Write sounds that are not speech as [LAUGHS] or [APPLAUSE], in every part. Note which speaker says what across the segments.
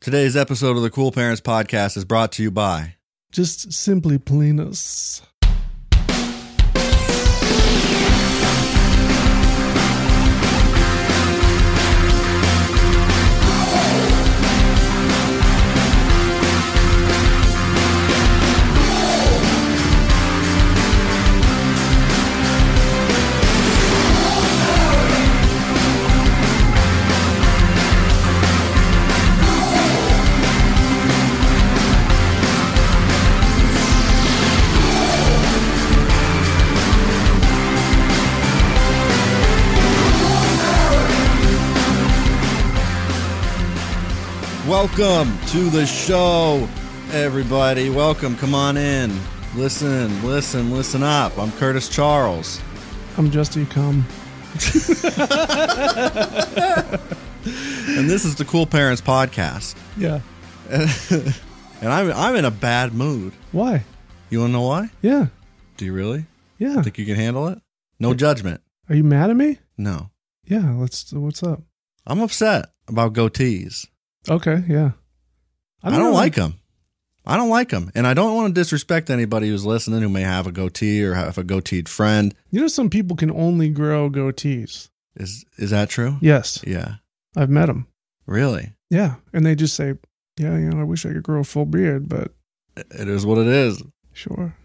Speaker 1: Today's episode of the Cool Parents Podcast is brought to you by
Speaker 2: Just simply plainness.
Speaker 1: Welcome to the show, everybody. Welcome. Come on in. Listen, listen, listen up. I'm Curtis Charles.
Speaker 2: I'm just a cum.
Speaker 1: And this is the Cool Parents Podcast.
Speaker 2: Yeah.
Speaker 1: And I'm I'm in a bad mood.
Speaker 2: Why?
Speaker 1: You wanna know why?
Speaker 2: Yeah.
Speaker 1: Do you really?
Speaker 2: Yeah.
Speaker 1: Think you can handle it? No judgment.
Speaker 2: Are you mad at me?
Speaker 1: No.
Speaker 2: Yeah. Let's. What's up?
Speaker 1: I'm upset about goatees.
Speaker 2: Okay. Yeah.
Speaker 1: I don't, 'em.
Speaker 2: know.
Speaker 1: like them. I don't like them. And I don't want to disrespect anybody who's listening who may have a goatee or have a goateed friend.
Speaker 2: You know, some people can only grow goatees.
Speaker 1: Is is that true?
Speaker 2: Yes,
Speaker 1: Yeah.
Speaker 2: I've met them.
Speaker 1: Really?
Speaker 2: Yeah, and they just say, "Yeah, you know, I wish I could grow a full beard, but
Speaker 1: It is what it is.
Speaker 2: sure."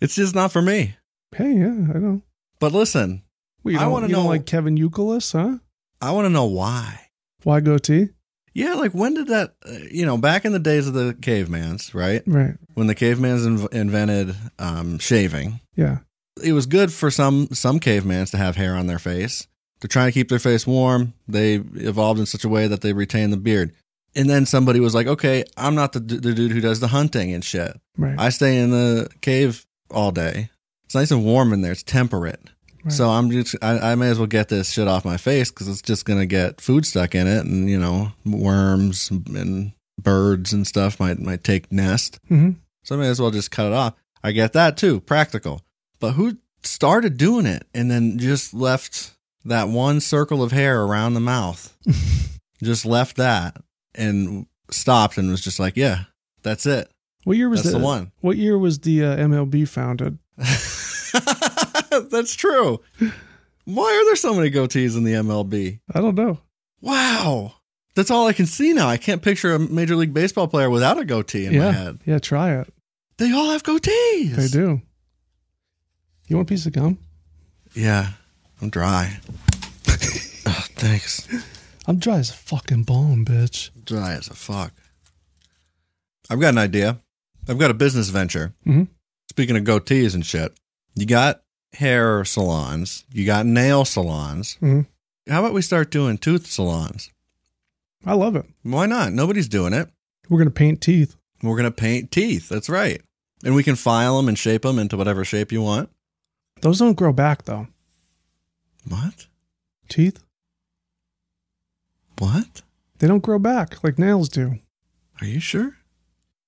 Speaker 1: It's just not for me.
Speaker 2: Hey, yeah, I know.
Speaker 1: But listen,
Speaker 2: Well, you
Speaker 1: I
Speaker 2: don't,
Speaker 1: wanna
Speaker 2: you don't
Speaker 1: know-
Speaker 2: like Kevin Euclid, huh?
Speaker 1: I want to know why.
Speaker 2: Why goatee?
Speaker 1: Yeah, like when did that, uh, you know, back in the days of the cavemans, right?
Speaker 2: Right.
Speaker 1: When the cavemans inv- invented um, shaving,
Speaker 2: Yeah.
Speaker 1: it was good for some some cavemans to have hair on their face to try and keep their face warm. They evolved in such a way that they retained the beard. And then somebody was like, "Okay, I'm not the, d- the dude who does the hunting and shit.
Speaker 2: Right.
Speaker 1: I stay in the cave all day. It's nice and warm in there. It's temperate.
Speaker 2: right.
Speaker 1: So I'm just I, I may as well get this shit off my face because it's just gonna get food stuck in it, and you know, worms and birds and stuff might might take nest.
Speaker 2: hmm
Speaker 1: So I may as well just cut it off. I get that too, practical. But who started doing it and then just left that one circle of hair around the
Speaker 2: [LAUGHS]
Speaker 1: mouth? just left that and stopped and was just like, yeah, that's it.
Speaker 2: What year was
Speaker 1: That's the
Speaker 2: the
Speaker 1: one.
Speaker 2: What year was the uh, MLB founded?
Speaker 1: [LAUGHS] that's true. Why are there so many goatees in the MLB?
Speaker 2: I don't know.
Speaker 1: Wow. That's all I can see now. I can't picture a Major League Baseball player without a goatee in
Speaker 2: yeah.
Speaker 1: my head.
Speaker 2: Yeah, try it.
Speaker 1: They all have goatees.
Speaker 2: They do. You want a piece of gum?
Speaker 1: Yeah, I'm dry. [LAUGHS] oh, thanks.
Speaker 2: I'm dry as a fucking bone, bitch.
Speaker 1: Dry as a fuck. I've got an idea. I've got a business venture.
Speaker 2: Mhm.
Speaker 1: Speaking of goatees and shit, you got hair salons, you got nail salons.
Speaker 2: Mhm.
Speaker 1: How about we start doing tooth salons?
Speaker 2: I love it.
Speaker 1: Why not? Nobody's doing it.
Speaker 2: We're gonna paint teeth.
Speaker 1: We're going to paint teeth. That's right. And we can file them and shape them into whatever shape you want.
Speaker 2: Those don't grow back though.
Speaker 1: What?
Speaker 2: Teeth?
Speaker 1: What?
Speaker 2: They don't grow back like nails do.
Speaker 1: Are you sure?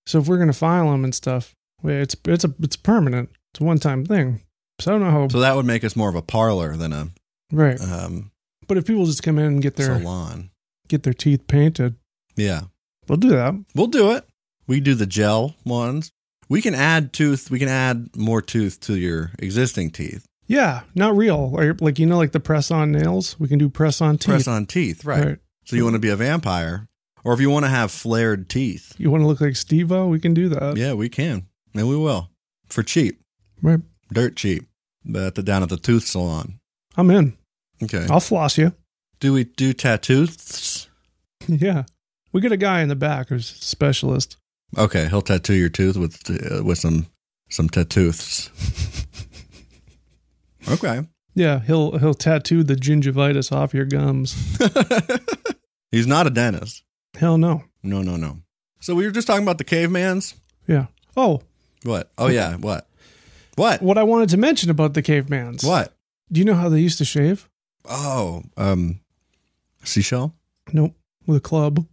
Speaker 2: So if we're gonna file them and stuff, well, it's it's a it's permanent. It's a one time thing. So I don't know how.
Speaker 1: So that would make us more of a parlor than a
Speaker 2: right.
Speaker 1: um,
Speaker 2: But if people just come in and get their
Speaker 1: salon.
Speaker 2: get their teeth painted,
Speaker 1: Yeah.
Speaker 2: they'll do that.
Speaker 1: We'll do it. We do the gel ones. We can add tooth. We can add more tooth to your existing teeth.
Speaker 2: Yeah, not real. Like, like you know, like the press on nails. We can do press on teeth.
Speaker 1: Press on teeth. Right. So you want to be a vampire or if you want to have flared teeth.
Speaker 2: You want to look like Steve-O? We can do that.
Speaker 1: yeah, we can. And we will for cheap,
Speaker 2: Right.
Speaker 1: dirt cheap, but at the, down at the tooth salon.
Speaker 2: I'm in.
Speaker 1: Okay.
Speaker 2: I'll floss you. [LAUGHS]
Speaker 1: Do we do tattoos?
Speaker 2: Yeah. We got a guy in the back who's a specialist.
Speaker 1: Okay, he'll tattoo your tooth with uh, with some some tattoos. [LAUGHS] okay. [LAUGHS]
Speaker 2: Yeah, he'll he'll tattoo the gingivitis off your gums.
Speaker 1: He's not a dentist.
Speaker 2: Hell no.
Speaker 1: No, no, no. So we were just talking about the cavemans.
Speaker 2: Yeah. Oh,
Speaker 1: What? Oh
Speaker 2: [LAUGHS]
Speaker 1: yeah. What? What?
Speaker 2: what I wanted to mention about the cavemans.
Speaker 1: What?
Speaker 2: Do you know how they used to shave?
Speaker 1: Oh, um, seashell. [LAUGHS]
Speaker 2: Nope. With a club.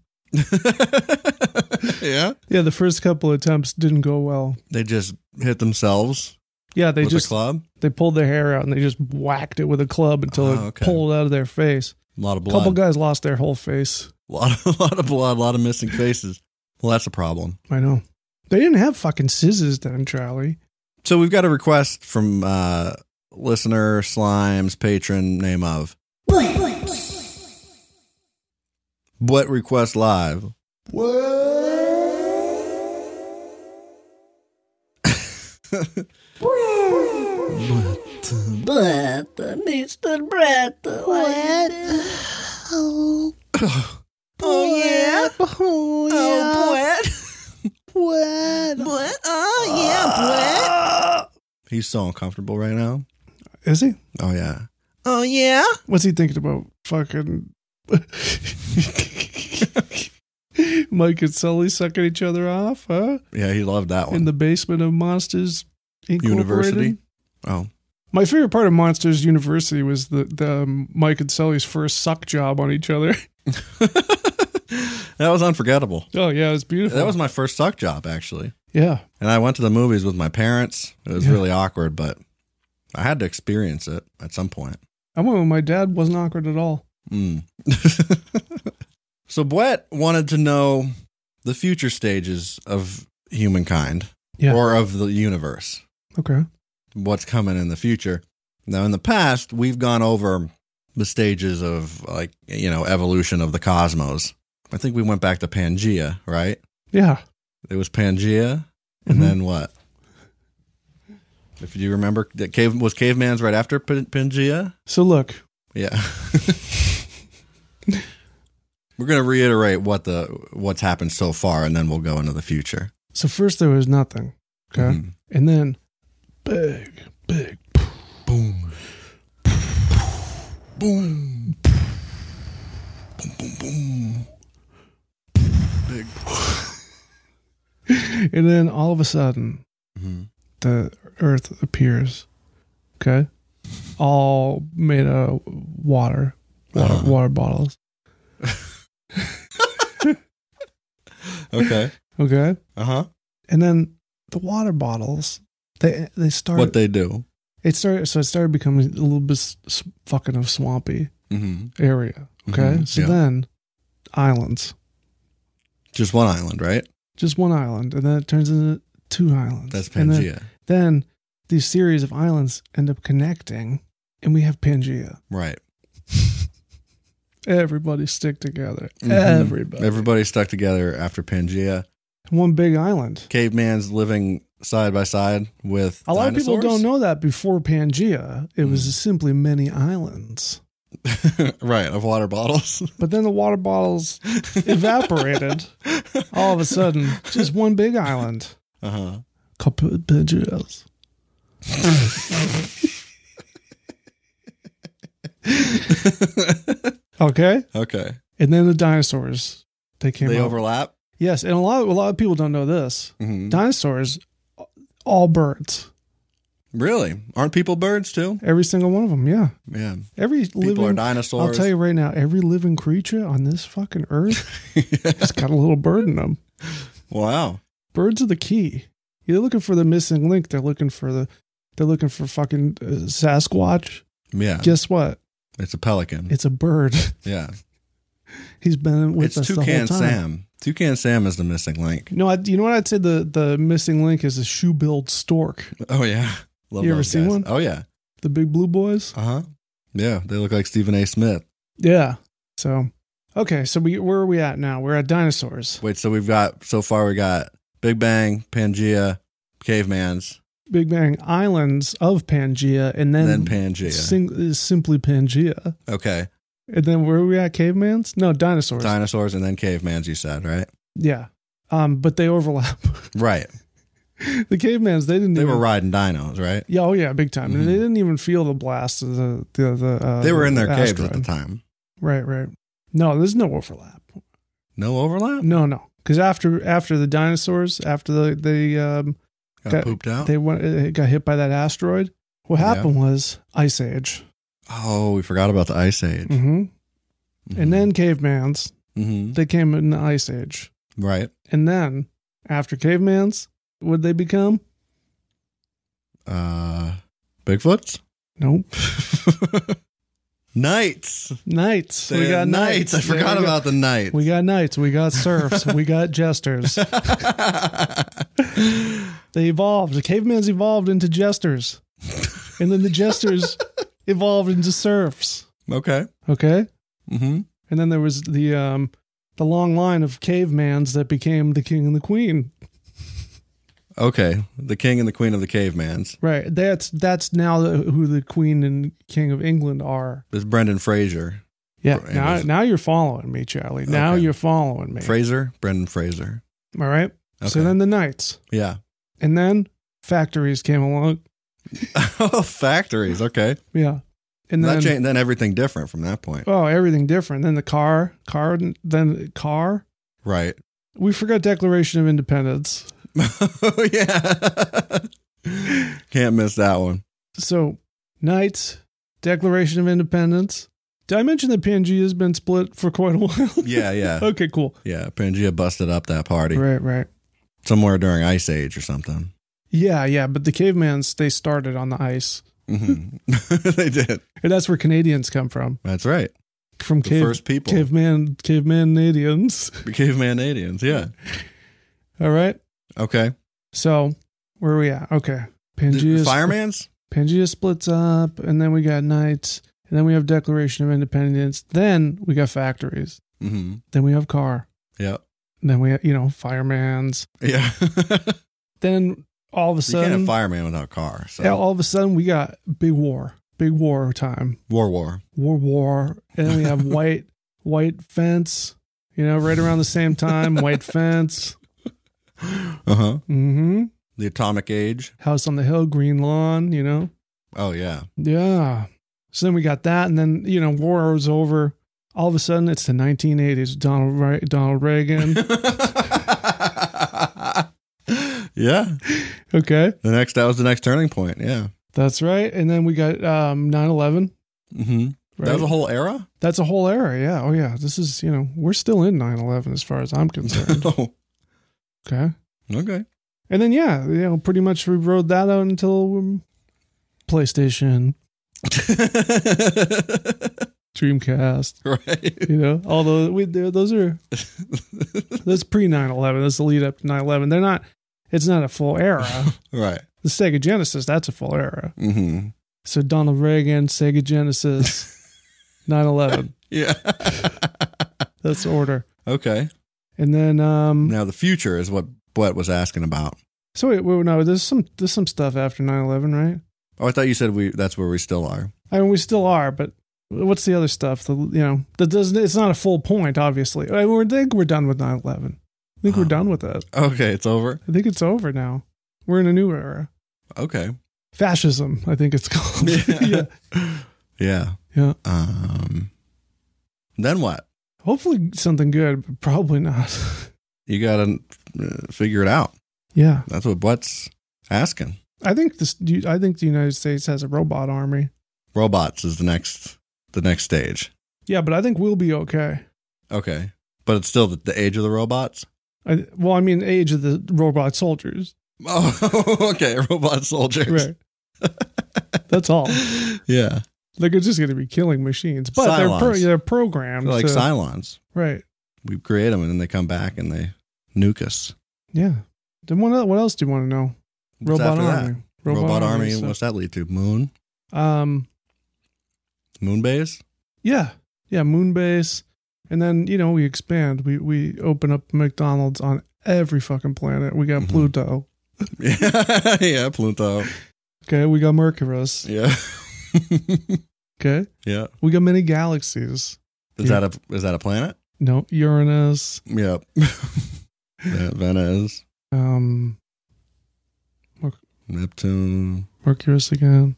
Speaker 1: yeah.
Speaker 2: Yeah, the first couple attempts didn't go well.
Speaker 1: They just hit themselves
Speaker 2: Yeah, they
Speaker 1: with
Speaker 2: just
Speaker 1: a club.
Speaker 2: they pulled their hair out and they just whacked it with a club until
Speaker 1: Oh,
Speaker 2: it
Speaker 1: okay.
Speaker 2: pulled out of their face.
Speaker 1: A lot of
Speaker 2: A
Speaker 1: blood.
Speaker 2: couple guys lost their whole face.
Speaker 1: [LAUGHS] lot, of, lot of blood. A lot of missing faces. Well, that's a problem.
Speaker 2: I know. They didn't have fucking scissors then, Charlie.
Speaker 1: So we've got a request from uh, listener slimes patron name of what request live.
Speaker 3: But Mr. Brett, what? [SIGHS] Oh,
Speaker 1: [COUGHS] Oh yeah.
Speaker 3: oh, Brett.
Speaker 1: [LAUGHS]
Speaker 3: Brett. Oh, yeah, Brett.
Speaker 1: He's so uncomfortable right now.
Speaker 2: Is he?
Speaker 1: Oh yeah.
Speaker 3: Oh, yeah.
Speaker 2: What's he thinking about? Fucking [LAUGHS] Mike and Sully sucking each other off, huh?
Speaker 1: Yeah, he loved that one.
Speaker 2: In the basement of Monsters Incorporated.
Speaker 1: University? oh. [LAUGHS]
Speaker 2: My favorite part of Monsters University was the, the um, Mike and Sully's first suck job on each other. [LAUGHS]
Speaker 1: that was unforgettable.
Speaker 2: Oh yeah, it was beautiful.
Speaker 1: That was my first suck job actually.
Speaker 2: yeah.
Speaker 1: And I went to the movies with my parents. It was
Speaker 2: Yeah.
Speaker 1: really awkward, but I had to experience it at some point.
Speaker 2: I went with my dad. wasn't awkward at all.
Speaker 1: Mm. [LAUGHS] so Brett wanted to know the future stages of humankind
Speaker 2: Yeah.
Speaker 1: or of the universe.
Speaker 2: Okay.
Speaker 1: what's coming in the future. Now, in the past, we've gone over the stages of like, you know, evolution of the cosmos. I think we went back to Pangea, right?
Speaker 2: Yeah.
Speaker 1: It was Pangea, and
Speaker 2: Mhm.
Speaker 1: then what? If you remember, that cave was caveman's right after P- Pangea.
Speaker 2: So look,
Speaker 1: Yeah. [LAUGHS] We're going to reiterate what the what's happened so far, and then we'll go into the future.
Speaker 2: so first there was nothing. Okay.
Speaker 1: Mhm.
Speaker 2: And then big, big
Speaker 1: Boom. Boom. Boom, boom, boom. Big.
Speaker 2: and then all of a sudden Mm-hmm.
Speaker 1: Mhm.
Speaker 2: the earth appears. Okay. All made of water. Water,
Speaker 1: Uh-huh.
Speaker 2: water bottles.
Speaker 1: Okay.
Speaker 2: Okay.
Speaker 1: Uh huh.
Speaker 2: And then the water bottles, they they start
Speaker 1: What they do.
Speaker 2: it started so it started becoming a little bit s- s- fucking of swampy
Speaker 1: Mm-hmm.
Speaker 2: area. Okay,
Speaker 1: Mhm,
Speaker 2: so
Speaker 1: yeah.
Speaker 2: then islands,
Speaker 1: Just one island, right?
Speaker 2: just one island, and then it turns into two islands.
Speaker 1: That's
Speaker 2: And then,
Speaker 1: Pangea.
Speaker 2: then these series of islands end up connecting, and we have Pangea.
Speaker 1: Right.
Speaker 2: Everybody stick together.
Speaker 1: Mhm.
Speaker 2: Everybody.
Speaker 1: Everybody stuck together after Pangea.
Speaker 2: One big island.
Speaker 1: Caveman's living side by side with.
Speaker 2: A lot of people
Speaker 1: dinosaurs? Mm.
Speaker 2: don't know that before Pangea, it was simply many islands.
Speaker 1: right. Of water bottles. [LAUGHS]
Speaker 2: But then the water bottles evaporated. All of a sudden, just one big island.
Speaker 1: Uh huh.
Speaker 2: couple of pictures. [LAUGHS] okay,
Speaker 1: Okay.
Speaker 2: and then the dinosaurs they came
Speaker 1: They
Speaker 2: up.
Speaker 1: overlap.
Speaker 2: Yes, and a lot a lot of people don't know this.
Speaker 1: Mhm.
Speaker 2: Dinosaurs, all birds,
Speaker 1: Really? Aren't people birds too?
Speaker 2: every single one of them. Yeah,
Speaker 1: Yeah.
Speaker 2: every
Speaker 1: People are
Speaker 2: living.
Speaker 1: dinosaurs.
Speaker 2: I'll tell you right now, every living creature on this fucking
Speaker 1: [LAUGHS]
Speaker 2: earth has got a little bird in them.
Speaker 1: wow.
Speaker 2: Birds are the key. You're looking for the missing link. They're looking for the. They're looking for fucking uh, Sasquatch.
Speaker 1: Yeah.
Speaker 2: Guess what?
Speaker 1: it's a pelican.
Speaker 2: It's a bird. [LAUGHS]
Speaker 1: yeah.
Speaker 2: He's been with
Speaker 1: It's
Speaker 2: us the whole
Speaker 1: Toucan
Speaker 2: time.
Speaker 1: Sam. Toucan Sam is the missing link.
Speaker 2: No, I, you know what I'd say the the missing link is a shoe build stork.
Speaker 1: Oh yeah. Love
Speaker 2: You ever
Speaker 1: those
Speaker 2: seen
Speaker 1: guys.
Speaker 2: one?
Speaker 1: Oh yeah.
Speaker 2: The big blue boys.
Speaker 1: Uh huh. Yeah. They look like Stephen A. Smith.
Speaker 2: Yeah. So okay, so we where are we at now? We're at dinosaurs.
Speaker 1: Wait, so we've got so far we got Big Bang, Pangea, Cavemans,
Speaker 2: Big Bang Islands of Pangea and then,
Speaker 1: and then Pangea.
Speaker 2: sing- is simply Pangea.
Speaker 1: okay.
Speaker 2: And then where are we at? Cavemans? No, dinosaurs.
Speaker 1: Dinosaurs and then cavemans, you said, right?
Speaker 2: yeah. Um, but they overlap.
Speaker 1: Right.
Speaker 2: the cavemans, they didn't
Speaker 1: They
Speaker 2: even
Speaker 1: were riding dinos, right?
Speaker 2: Yeah, oh yeah, big time.
Speaker 1: Mhm.
Speaker 2: And they didn't even feel the blast of the the, the uh,
Speaker 1: They were in their caves
Speaker 2: asteroid.
Speaker 1: at the time.
Speaker 2: Right, right. No, there's no overlap.
Speaker 1: No overlap?
Speaker 2: No, no, because after after the dinosaurs, after the the um,
Speaker 1: Got
Speaker 2: Got-
Speaker 1: pooped out?
Speaker 2: they went it got hit by that asteroid. What
Speaker 1: Yeah.
Speaker 2: happened was ice age,
Speaker 1: oh, we forgot about the Ice Age.
Speaker 2: hmm
Speaker 1: Mhm.
Speaker 2: and then cavemans.
Speaker 1: Mhm.
Speaker 2: They came in the ice age,
Speaker 1: right.
Speaker 2: and then after cavemans, what they become?
Speaker 1: Uh, Bigfoots? [LAUGHS]
Speaker 2: Nope, [LAUGHS]
Speaker 1: Knights.
Speaker 2: knights. we
Speaker 1: They're
Speaker 2: got knights.
Speaker 1: I
Speaker 2: There
Speaker 1: forgot
Speaker 2: we go.
Speaker 1: about the knights.
Speaker 2: We got knights. We got serfs. we
Speaker 1: [LAUGHS]
Speaker 2: got jesters. They evolved. The caveman's evolved into jesters, and then
Speaker 1: [LAUGHS]
Speaker 2: the jesters evolved into serfs.
Speaker 1: okay.
Speaker 2: Okay.
Speaker 1: Mm-hmm.
Speaker 2: And then there was the um the long line of cavemans that became the king and the queen.
Speaker 1: Okay. The king and the queen of the cavemans.
Speaker 2: Right. That's that's now the, who the queen and king of England are.
Speaker 1: This is Brendan Fraser.
Speaker 2: Yeah.
Speaker 1: Right,
Speaker 2: Now
Speaker 1: and-
Speaker 2: now you're following me, Charlie. Now
Speaker 1: Okay.
Speaker 2: you're following me.
Speaker 1: Fraser? Brendan Fraser.
Speaker 2: All right.
Speaker 1: Okay.
Speaker 2: So then the knights,
Speaker 1: Yeah. [LAUGHS]
Speaker 2: and then factories came along.
Speaker 1: oh, factories. Okay.
Speaker 2: Yeah. And
Speaker 1: that
Speaker 2: then
Speaker 1: changed, then everything different from that point.
Speaker 2: oh, everything different. Then the car, car, then car.
Speaker 1: Right. [LAUGHS]
Speaker 2: We forgot Declaration of Independence.
Speaker 1: oh, yeah. Can't miss that one.
Speaker 2: So, Knights, Declaration of Independence. Did I mention that PNG has been split for quite a [LAUGHS] while?
Speaker 1: Yeah, yeah.
Speaker 2: [LAUGHS] okay, cool.
Speaker 1: Yeah, Pangea busted up that party
Speaker 2: Right, right.
Speaker 1: somewhere during Ice Age or something.
Speaker 2: Yeah, yeah. But the cavemans, they started on the ice.
Speaker 1: hmm [LAUGHS] they did.
Speaker 2: And that's where Canadians come from.
Speaker 1: That's right.
Speaker 2: From
Speaker 1: The
Speaker 2: cave,
Speaker 1: first people,
Speaker 2: caveman, caveman Canadians. [LAUGHS]
Speaker 1: caveman Indians. Yeah.
Speaker 2: All right.
Speaker 1: Okay.
Speaker 2: So, where are we at? Okay.
Speaker 1: The
Speaker 2: Pangea,
Speaker 1: fireman's.
Speaker 2: Pangea splits up, and then we got Knights, and then we have Declaration of Independence. Then we got factories.
Speaker 1: Mm-hmm.
Speaker 2: Then we have car.
Speaker 1: Yeah.
Speaker 2: And then we, have, you know, fireman's.
Speaker 1: [LAUGHS] Yeah.
Speaker 2: then all of a
Speaker 1: you can't
Speaker 2: sudden,
Speaker 1: have fireman without car. So
Speaker 2: yeah, all of a sudden, we got big war, big war time,
Speaker 1: war, war.
Speaker 2: war, war, and then
Speaker 1: [LAUGHS]
Speaker 2: we have white, white fence. You know, right around the same time,
Speaker 1: [LAUGHS]
Speaker 2: white fence.
Speaker 1: Uh huh.
Speaker 2: Mm-hmm.
Speaker 1: The atomic age.
Speaker 2: House on the hill, green lawn. You know,
Speaker 1: Oh yeah. [LAUGHS]
Speaker 2: yeah. So then we got that, and then you know, war was over. All of a sudden, it's the 1980s. Donald Re- Donald Reagan.
Speaker 1: [LAUGHS] yeah.
Speaker 2: okay,
Speaker 1: The next that was the next turning point. Yeah.
Speaker 2: that's right. And then we got um 9/11.
Speaker 1: Mm-hmm.
Speaker 2: Right?
Speaker 1: That was a whole era.
Speaker 2: That's a whole era. Yeah. Oh, yeah. This is, you know, we're still in 9 11 as far as I'm concerned.
Speaker 1: [LAUGHS] oh,
Speaker 2: okay.
Speaker 1: okay. [LAUGHS]
Speaker 2: And then, yeah, you know, pretty much we rode that out until um, PlayStation, Dreamcast,
Speaker 1: right. [LAUGHS]
Speaker 2: you know, all those. We, they're- those are, that's pre 9 11. That's the lead up to 9 11. They're not, it's not a full era.
Speaker 1: right.
Speaker 2: the Sega Genesis, that's a full era.
Speaker 1: Mm-hmm.
Speaker 2: So Donald Reagan, Sega Genesis, 9 11.
Speaker 1: Yeah. [LAUGHS]
Speaker 2: That's the order.
Speaker 1: okay.
Speaker 2: And then, um,
Speaker 1: Now the future is what Brett was asking about.
Speaker 2: so wait, wait, no, there's some, there's some stuff after 9 11, right?
Speaker 1: Oh, I thought you said we. That's where we still are.
Speaker 2: I mean, we still are, but what's the other stuff? The you know that doesn't. It's not a full point, obviously. I, mean, I think we're done with 9-11. I think we're
Speaker 1: Um.
Speaker 2: done with that.
Speaker 1: Okay, it's over.
Speaker 2: I think it's over now. We're in a new era.
Speaker 1: Okay.
Speaker 2: Fascism, I think it's called. [LAUGHS]
Speaker 1: Yeah.
Speaker 2: Yeah. yeah.
Speaker 1: Um. Then what?
Speaker 2: Hopefully something good, but probably not. [LAUGHS]
Speaker 1: You gotta uh, figure it out.
Speaker 2: yeah.
Speaker 1: That's what Brett's asking.
Speaker 2: I think this you- I think the United States has a robot army.
Speaker 1: Robots is the next the next stage.
Speaker 2: Yeah, but I think we'll be okay.
Speaker 1: Okay. But it's still the, the age of the robots. [LAUGHS]
Speaker 2: I, well, I mean, age of the robot soldiers.
Speaker 1: Oh, okay. [LAUGHS] Robot soldiers.
Speaker 2: Right. That's all.
Speaker 1: Yeah.
Speaker 2: Like, it's just going to be killing machines, but they're pro-
Speaker 1: Cylons.
Speaker 2: they're
Speaker 1: They're
Speaker 2: programmed
Speaker 1: like
Speaker 2: to-
Speaker 1: Cylons.
Speaker 2: Right.
Speaker 1: We create them and then they come back and they nuke us.
Speaker 2: Yeah. Then what? el- What else do you want to know?
Speaker 1: What's
Speaker 2: Robot
Speaker 1: after that?
Speaker 2: army.
Speaker 1: Robot, army.
Speaker 2: so-
Speaker 1: What's that lead to? Moon?
Speaker 2: um.
Speaker 1: Moon base? [LAUGHS]
Speaker 2: Yeah. Yeah. Moonbase, and then you know we expand. We we open up McDonald's on every fucking planet. We got
Speaker 1: Mhm.
Speaker 2: Pluto.
Speaker 1: yeah, [LAUGHS] Pluto.
Speaker 2: Okay. We got Mercurus.
Speaker 1: Yeah. [LAUGHS]
Speaker 2: Okay.
Speaker 1: yeah.
Speaker 2: We got many galaxies.
Speaker 1: Is
Speaker 2: Yeah.
Speaker 1: that a is that a planet?
Speaker 2: No Uranus.
Speaker 1: Yeah. [LAUGHS] that Venice,
Speaker 2: Um.
Speaker 1: Neptune,
Speaker 2: Mercurus again.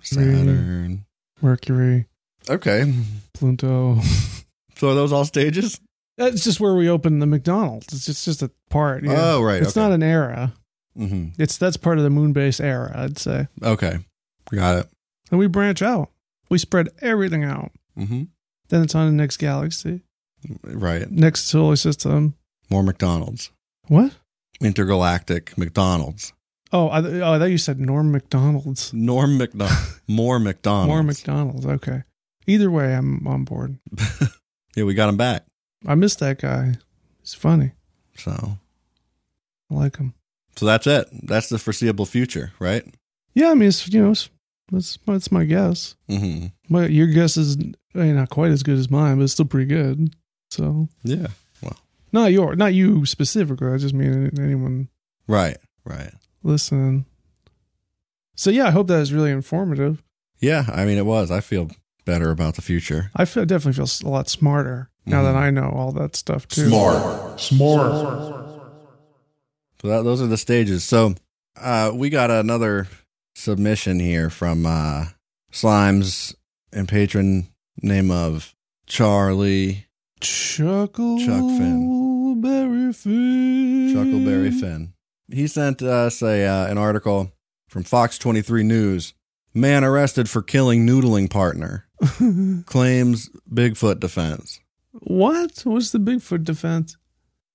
Speaker 1: Saturn.
Speaker 2: Mercury.
Speaker 1: Okay.
Speaker 2: Pluto. [LAUGHS]
Speaker 1: So are those all stages?
Speaker 2: That's just where we open the McDonald's. It's just, it's just a part. yeah.
Speaker 1: Oh, right,
Speaker 2: It's
Speaker 1: okay.
Speaker 2: not an era.
Speaker 1: hmm
Speaker 2: It's that's part of the Moonbase era, I'd say.
Speaker 1: Okay, got it.
Speaker 2: And we branch out. We spread everything out.
Speaker 1: hmm
Speaker 2: Then it's on the next galaxy,
Speaker 1: Right,
Speaker 2: next solar system.
Speaker 1: more McDonald's,
Speaker 2: What?
Speaker 1: intergalactic McDonald's,
Speaker 2: Oh, I, oh, I thought you said Norm McDonald's.
Speaker 1: Norm [LAUGHS] McDonald, more McDonald's,
Speaker 2: More McDonald's. Okay. Either way, I'm on board.
Speaker 1: yeah, we got him back.
Speaker 2: I miss that guy. He's funny.
Speaker 1: So,
Speaker 2: I like him.
Speaker 1: so that's it. That's the foreseeable future, right?
Speaker 2: Yeah, I mean, it's, you know, it's, that's that's my guess.
Speaker 1: hmm
Speaker 2: But your guess is I mean, not quite as good as mine, but it's still pretty good. So
Speaker 1: Yeah.
Speaker 2: not your, not you specifically. I just mean anyone
Speaker 1: Right. Right.
Speaker 2: listening. So yeah, I hope that is really informative.
Speaker 1: Yeah. I mean, it was. I feel better about the future.
Speaker 2: I feel, definitely feel s- a lot smarter now that I know all that stuff too.
Speaker 1: Mm-hmm. Smart.
Speaker 4: S'more.
Speaker 1: So that, those are the stages. So uh, we got another submission here from uh, Slimes and patron name of Charlie
Speaker 2: Chuckle
Speaker 1: Chuck Finn.
Speaker 2: Berry Finn.
Speaker 1: Chuckleberry
Speaker 2: Mm-hmm.
Speaker 1: Finn. He sent us a uh, an article from Fox 23 News. Man arrested for killing noodling partner
Speaker 2: Finn.
Speaker 1: claims Bigfoot defense.
Speaker 2: [LAUGHS] what? What's the Bigfoot defense?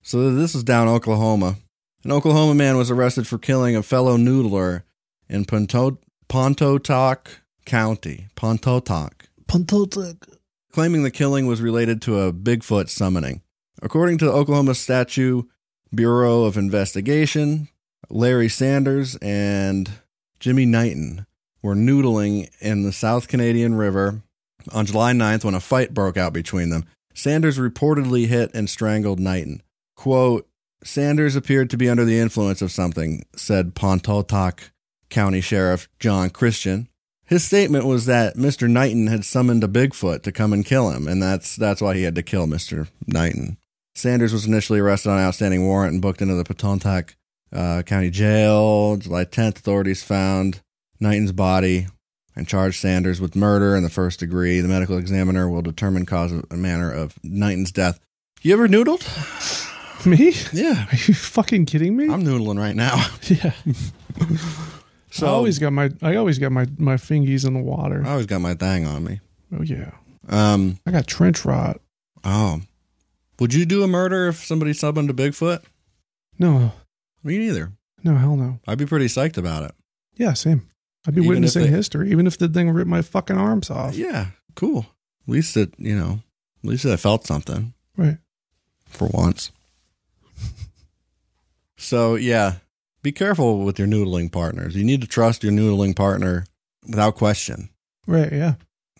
Speaker 1: So this is down in Oklahoma. An Oklahoma man was arrested for killing a fellow noodler in Ponto- Pontotoc County, Pontotoc,
Speaker 2: Pontotoc.
Speaker 1: claiming the killing was related to a Bigfoot summoning. According to the Oklahoma Statue Bureau of Investigation, Larry Sanders and Jimmy Knighton were noodling in the South Canadian River on July 9th when a fight broke out between them. Sanders reportedly hit and strangled Knighton. Quote, Sanders appeared to be under the influence of something, said Pontotoc County Sheriff John Christian. His statement was that Mr. Knighton had summoned a Bigfoot to come and kill him, and that's that's why he had to kill Mr. Knighton. Sanders was initially arrested on an outstanding warrant and booked into the Pontotoc uh, County Jail. July 10th, authorities found Knighton's body and charged Sanders with murder in the first degree. The medical examiner will determine cause of- and manner of Knighton's death. You ever noodled?
Speaker 2: Me? [LAUGHS]
Speaker 1: Yeah,
Speaker 2: Are you fucking kidding me?
Speaker 1: I'm noodling right now.
Speaker 2: [LAUGHS] yeah.
Speaker 1: So Uh,
Speaker 2: I always got my I always got my my fingies in the water.
Speaker 1: I always got my thing on me.
Speaker 2: Oh yeah,
Speaker 1: Um,
Speaker 2: I got trench rot.
Speaker 1: oh, would you do a murder if somebody subbed to Bigfoot?
Speaker 2: No,
Speaker 1: Me neither.
Speaker 2: no, hell no.
Speaker 1: I'd be pretty psyched about it.
Speaker 2: Yeah, same. I'd be
Speaker 1: Even if
Speaker 2: witnessing
Speaker 1: they-
Speaker 2: history, even if the thing ripped my fucking arms off.
Speaker 1: Yeah, cool. At least it, you know, at least I felt something.
Speaker 2: Right.
Speaker 1: for once. [LAUGHS] so yeah, be careful with your noodling partners. You need to trust your noodling partner without question.
Speaker 2: Right. Yeah.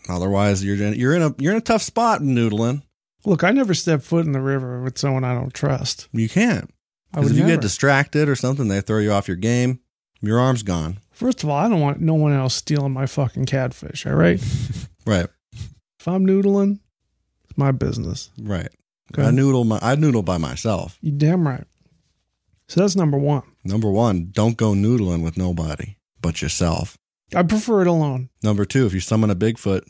Speaker 1: Otherwise, you're in, you're in a you're in a tough spot noodling.
Speaker 2: Look, I never step foot in the river with someone I don't trust.
Speaker 1: You can't
Speaker 2: I
Speaker 1: because
Speaker 2: would
Speaker 1: if you
Speaker 2: never.
Speaker 1: get distracted or something, they throw you off your game. Your arm's gone.
Speaker 2: First of all, I don't want no one else stealing my fucking catfish. All right.
Speaker 1: Right,
Speaker 2: if I'm noodling, it's my business.
Speaker 1: right.
Speaker 2: Okay.
Speaker 1: I noodle my I noodle by myself.
Speaker 2: You damn right. So that's number one.
Speaker 1: Number one, don't go noodling with nobody but yourself.
Speaker 2: I prefer it alone.
Speaker 1: Number two, if you summon a Bigfoot,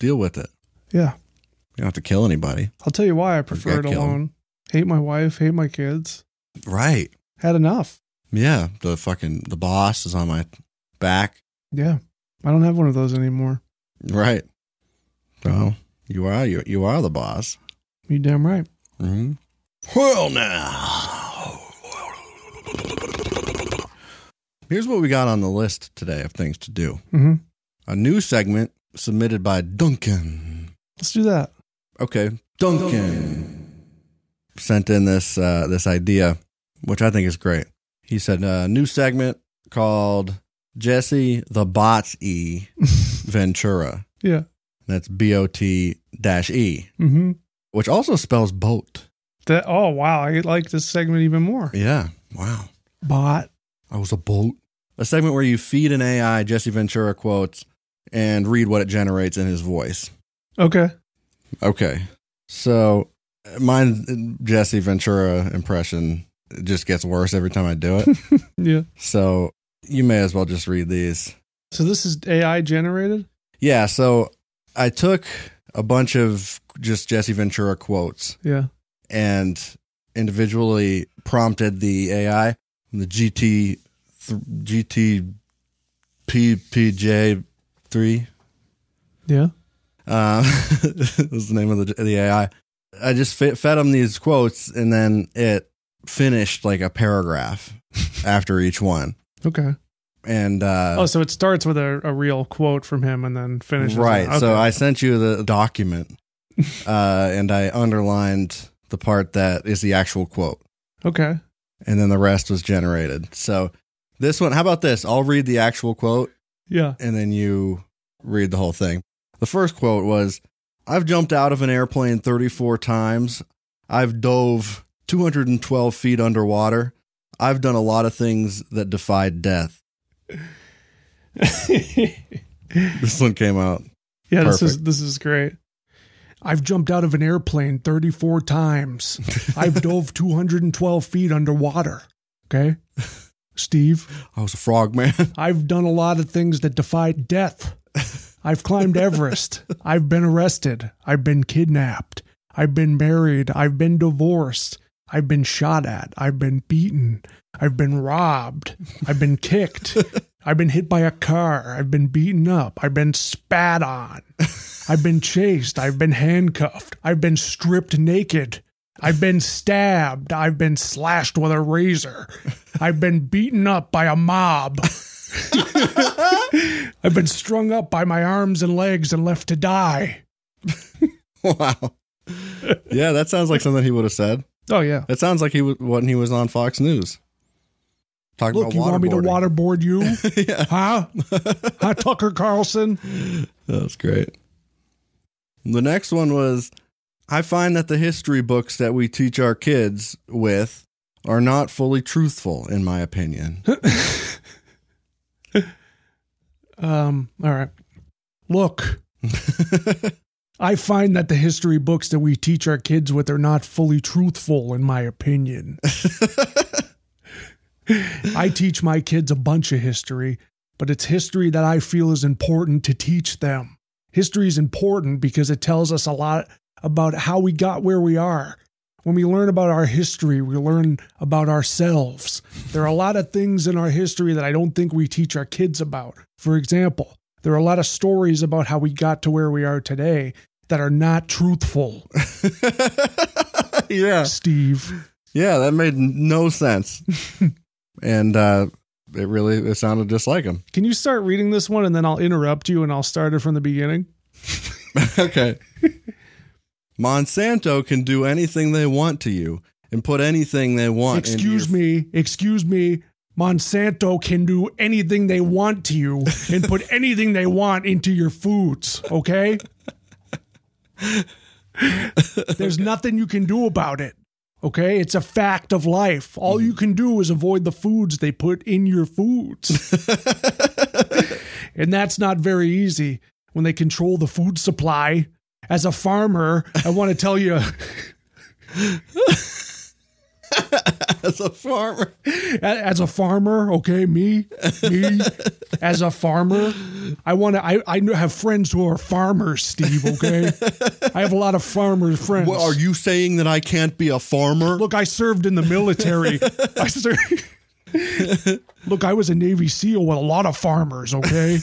Speaker 1: deal with it.
Speaker 2: Yeah.
Speaker 1: You don't have to kill anybody.
Speaker 2: I'll tell you why I prefer it
Speaker 1: got killed.
Speaker 2: alone. Hate my wife. Hate my kids.
Speaker 1: Right.
Speaker 2: Had enough.
Speaker 1: Yeah, the fucking the boss is on my back.
Speaker 2: Yeah. I don't have one of those anymore.
Speaker 1: Right. So you are you you are the boss.
Speaker 2: You damn right.
Speaker 1: Mm-hmm. Well now, here's what we got on the list today of things to do.
Speaker 2: Mm-hmm.
Speaker 1: A new segment submitted by Duncan.
Speaker 2: Let's do that. [LAUGHS]
Speaker 1: Okay, Duncan sent in this uh, this idea, which I think is great. He said a new segment called Jesse the Bot E Ventura.
Speaker 2: Yeah.
Speaker 1: That's B O T dash E,
Speaker 2: Mm-hmm.
Speaker 1: which also spells boat.
Speaker 2: That. Oh wow, I like this segment even more.
Speaker 1: Yeah. Wow.
Speaker 2: Bot.
Speaker 1: I was a boat. A segment where you feed an AI Jesse Ventura quotes and read what it generates in his voice.
Speaker 2: Okay.
Speaker 1: Okay. So my Jesse Ventura impression just gets worse every time I do it.
Speaker 2: Yeah.
Speaker 1: so you may as well just read these.
Speaker 2: So this is AI generated.
Speaker 1: Yeah, so I took a bunch of just Jesse Ventura quotes
Speaker 2: Yeah.
Speaker 1: and individually prompted the AI, the GT, GT, PPJ three.
Speaker 2: Yeah.
Speaker 1: Uh, [LAUGHS] was the name of the, the AI. I just fe- fed him these quotes, and then it finished like a paragraph after each one.
Speaker 2: Okay.
Speaker 1: And uh,
Speaker 2: oh, so it starts with a, a real quote from him and then finishes.
Speaker 1: Right.
Speaker 2: it.
Speaker 1: So
Speaker 2: Okay.
Speaker 1: I sent you the document, uh, and I underlined the part that is the actual quote,
Speaker 2: okay.
Speaker 1: and then the rest was generated. So this one, how about this? I'll read the actual quote, [LAUGHS]
Speaker 2: Yeah.
Speaker 1: and then you read the whole thing. The first quote was, "I've jumped out of an airplane 34 times. I've dove 212 feet underwater. I've done a lot of things that defied death." [LAUGHS] This one came out.
Speaker 2: Yeah, this is
Speaker 1: Perfect.
Speaker 2: this is great. I've jumped out of an airplane
Speaker 1: [LAUGHS]
Speaker 2: 34 times. I've dove 212 feet underwater. Okay. Steve,
Speaker 1: I was a frog man. [LAUGHS]
Speaker 2: I've done a lot of things that defy death. I've climbed Everest. I've been arrested. I've been kidnapped. I've been married. I've been divorced. I've been shot at. I've been beaten. I've been robbed. I've been kicked. I've been hit by a car. I've been beaten up. I've been spat on. I've been chased. I've been handcuffed. I've been stripped naked. I've been stabbed. I've been slashed with a razor. I've been beaten up by a mob. I've been strung up by my arms and legs and left to die.
Speaker 1: wow. Yeah, that sounds like something he would have said.
Speaker 2: Oh yeah.
Speaker 1: That sounds like he was when he was on Fox News. Talking
Speaker 2: Look, you want me to
Speaker 1: waterboarding.
Speaker 2: waterboard you?
Speaker 1: [LAUGHS] yeah,
Speaker 2: huh? Huh, Tucker Carlson?
Speaker 1: that was great. The next one was, I find that the history books that we teach our kids with are not fully truthful, in my opinion. [LAUGHS]
Speaker 2: Um, all right. Look, I find that the history books that we teach our kids with are not fully truthful, in my opinion. I teach my kids a bunch of history, but it's history that I feel is important to teach them. History is important because it tells us a lot about how we got where we are. When we learn about our history, we learn about ourselves. There are a lot of things in our history that I don't think we teach our kids about. For example, there are a lot of stories about how we got to where we are today that are not truthful, [LAUGHS]
Speaker 1: yeah,
Speaker 2: Steve.
Speaker 1: yeah, that made no
Speaker 2: [LAUGHS]
Speaker 1: sense, and uh, it really it sounded just like him.
Speaker 2: Can you start reading this one and then I'll interrupt you and I'll start it from the beginning?
Speaker 1: [LAUGHS]
Speaker 2: [LAUGHS]
Speaker 1: okay. Monsanto can do anything they want to you and put anything they want.
Speaker 2: Excuse me, excuse me. Monsanto can do anything they want to you and put anything they want into your foods, okay? There's nothing you can do about it, okay? It's a fact of life. All you can do is avoid the foods they put in your foods. and that's not very easy when they control the food supply. As a farmer, I want to tell you.
Speaker 1: [LAUGHS] as a farmer.
Speaker 2: A- as a farmer okay me
Speaker 1: [LAUGHS]
Speaker 2: me as a farmer i want to i i know- have friends who are farmers steve okay i have a lot of farmer friends
Speaker 1: What, are you saying that I can't be a farmer?
Speaker 2: look i served in
Speaker 1: [LAUGHS]
Speaker 2: the military i served [LAUGHS] look i was a navy seal with a lot of
Speaker 1: [LAUGHS]
Speaker 2: farmers okay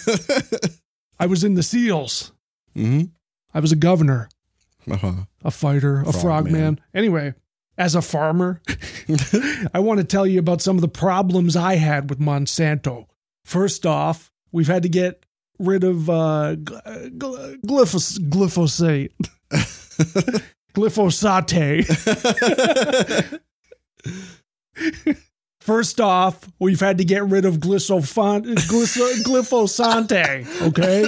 Speaker 2: i was in the seals
Speaker 1: Mhm.
Speaker 2: i was a governor
Speaker 1: Uh-huh.
Speaker 2: a fighter, a frogman.
Speaker 1: man.
Speaker 2: Anyway, as
Speaker 1: [LAUGHS]
Speaker 2: a farmer, [LAUGHS] I want to tell you about some of the problems I had with Monsanto. First off, we've had to get rid of uh, gl- gl- glyphos-
Speaker 1: [LAUGHS]
Speaker 2: glyphosate. Glyphosate. First off, we've had to get rid of glyphosate. Glyso- glyphosate. Okay,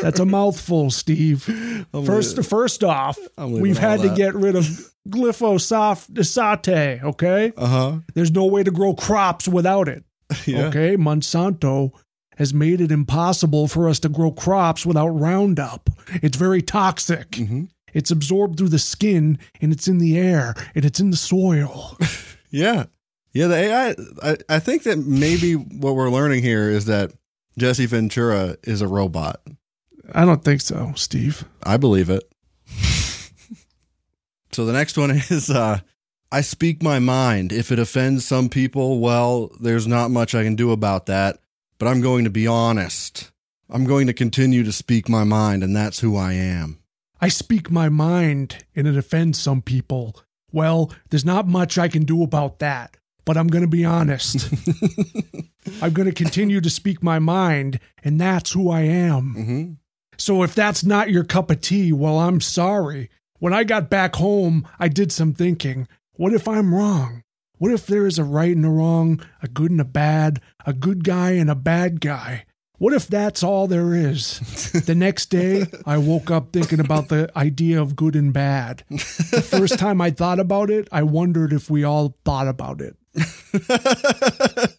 Speaker 2: that's a mouthful, Steve.
Speaker 1: I'm
Speaker 2: First,
Speaker 1: li-
Speaker 2: first off,
Speaker 1: I'm leaving
Speaker 2: we've
Speaker 1: all
Speaker 2: had to
Speaker 1: that.
Speaker 2: get rid of glyphosate. Okay,
Speaker 1: [LAUGHS] uh-huh.
Speaker 2: there's no way to grow crops without it.
Speaker 1: Yeah.
Speaker 2: Okay, Monsanto has made it impossible for us to grow crops without Roundup. It's very toxic.
Speaker 1: Mhm.
Speaker 2: It's absorbed through the skin, and it's in the air, and it's in the soil.
Speaker 1: Yeah. Yeah, the AI I, I think that maybe what we're learning here is that Jesse Ventura is a robot.
Speaker 2: I don't think so, Steve.
Speaker 1: I believe it. [LAUGHS] So the next one is uh, I speak my mind. If it offends some people, well, there's not much I can do about that, but I'm going to be honest. I'm going to continue to speak my mind, and that's who I am.
Speaker 2: I speak my mind and it offends some people. Well, there's not much I can do about that, but I'm going to be honest. I'm going to continue to speak my mind, and that's who I am.
Speaker 1: hmm
Speaker 2: So if that's not your cup of tea, well, I'm sorry. When I got back home, I did some thinking. What if I'm wrong? What if there is a right and a wrong, a good and a bad, a good guy and a bad guy? What if that's all there is? The next day, I woke up thinking about the idea of good and bad. The first time I thought about it, I wondered if we all thought about it. [LAUGHS]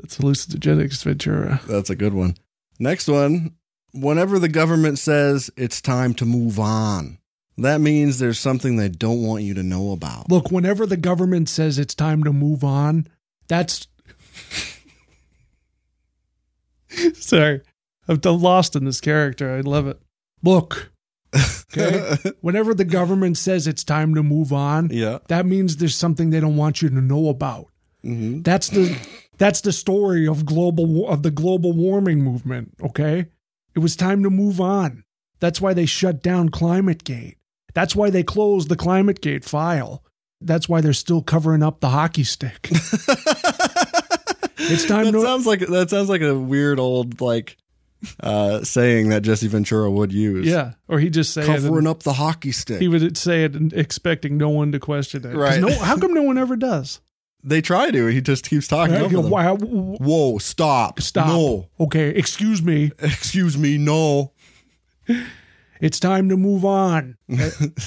Speaker 2: That's hallucinogenics, Ventura.
Speaker 1: That's a good one. Next one. Whenever the government says it's time to move on, that means there's something they don't want you to know about.
Speaker 2: Look, whenever the government says it's time to move on, that's. [LAUGHS] Sorry, I'm t- lost in this character. I love it. Look, okay. whenever the government says it's time to move on,
Speaker 1: yeah.
Speaker 2: that means there's something they don't want you to know about.
Speaker 1: [LAUGHS] hmm
Speaker 2: That's the that's the story of global wa- of the global warming movement, okay? It was time to move on. That's why they shut down ClimateGate. That's why they closed the ClimateGate file. That's why they're still covering up the
Speaker 1: [LAUGHS]
Speaker 2: hockey stick.
Speaker 1: it's
Speaker 2: time
Speaker 1: that
Speaker 2: to-
Speaker 1: sounds like that sounds like a weird old like uh saying that Jesse Ventura would use.
Speaker 2: yeah, or he just say it
Speaker 1: Covering
Speaker 2: and
Speaker 1: up the hockey stick.
Speaker 2: he would say it and expecting no one to question it. 'Cause
Speaker 1: Right.
Speaker 2: No, how come no one ever does?
Speaker 1: they try to. He just keeps talking
Speaker 2: Right?
Speaker 1: over them.
Speaker 2: Why- why-
Speaker 1: Whoa, stop.
Speaker 2: Stop.
Speaker 1: No.
Speaker 2: Okay, excuse me.
Speaker 1: [LAUGHS] Excuse me, no.
Speaker 2: It's time to move on.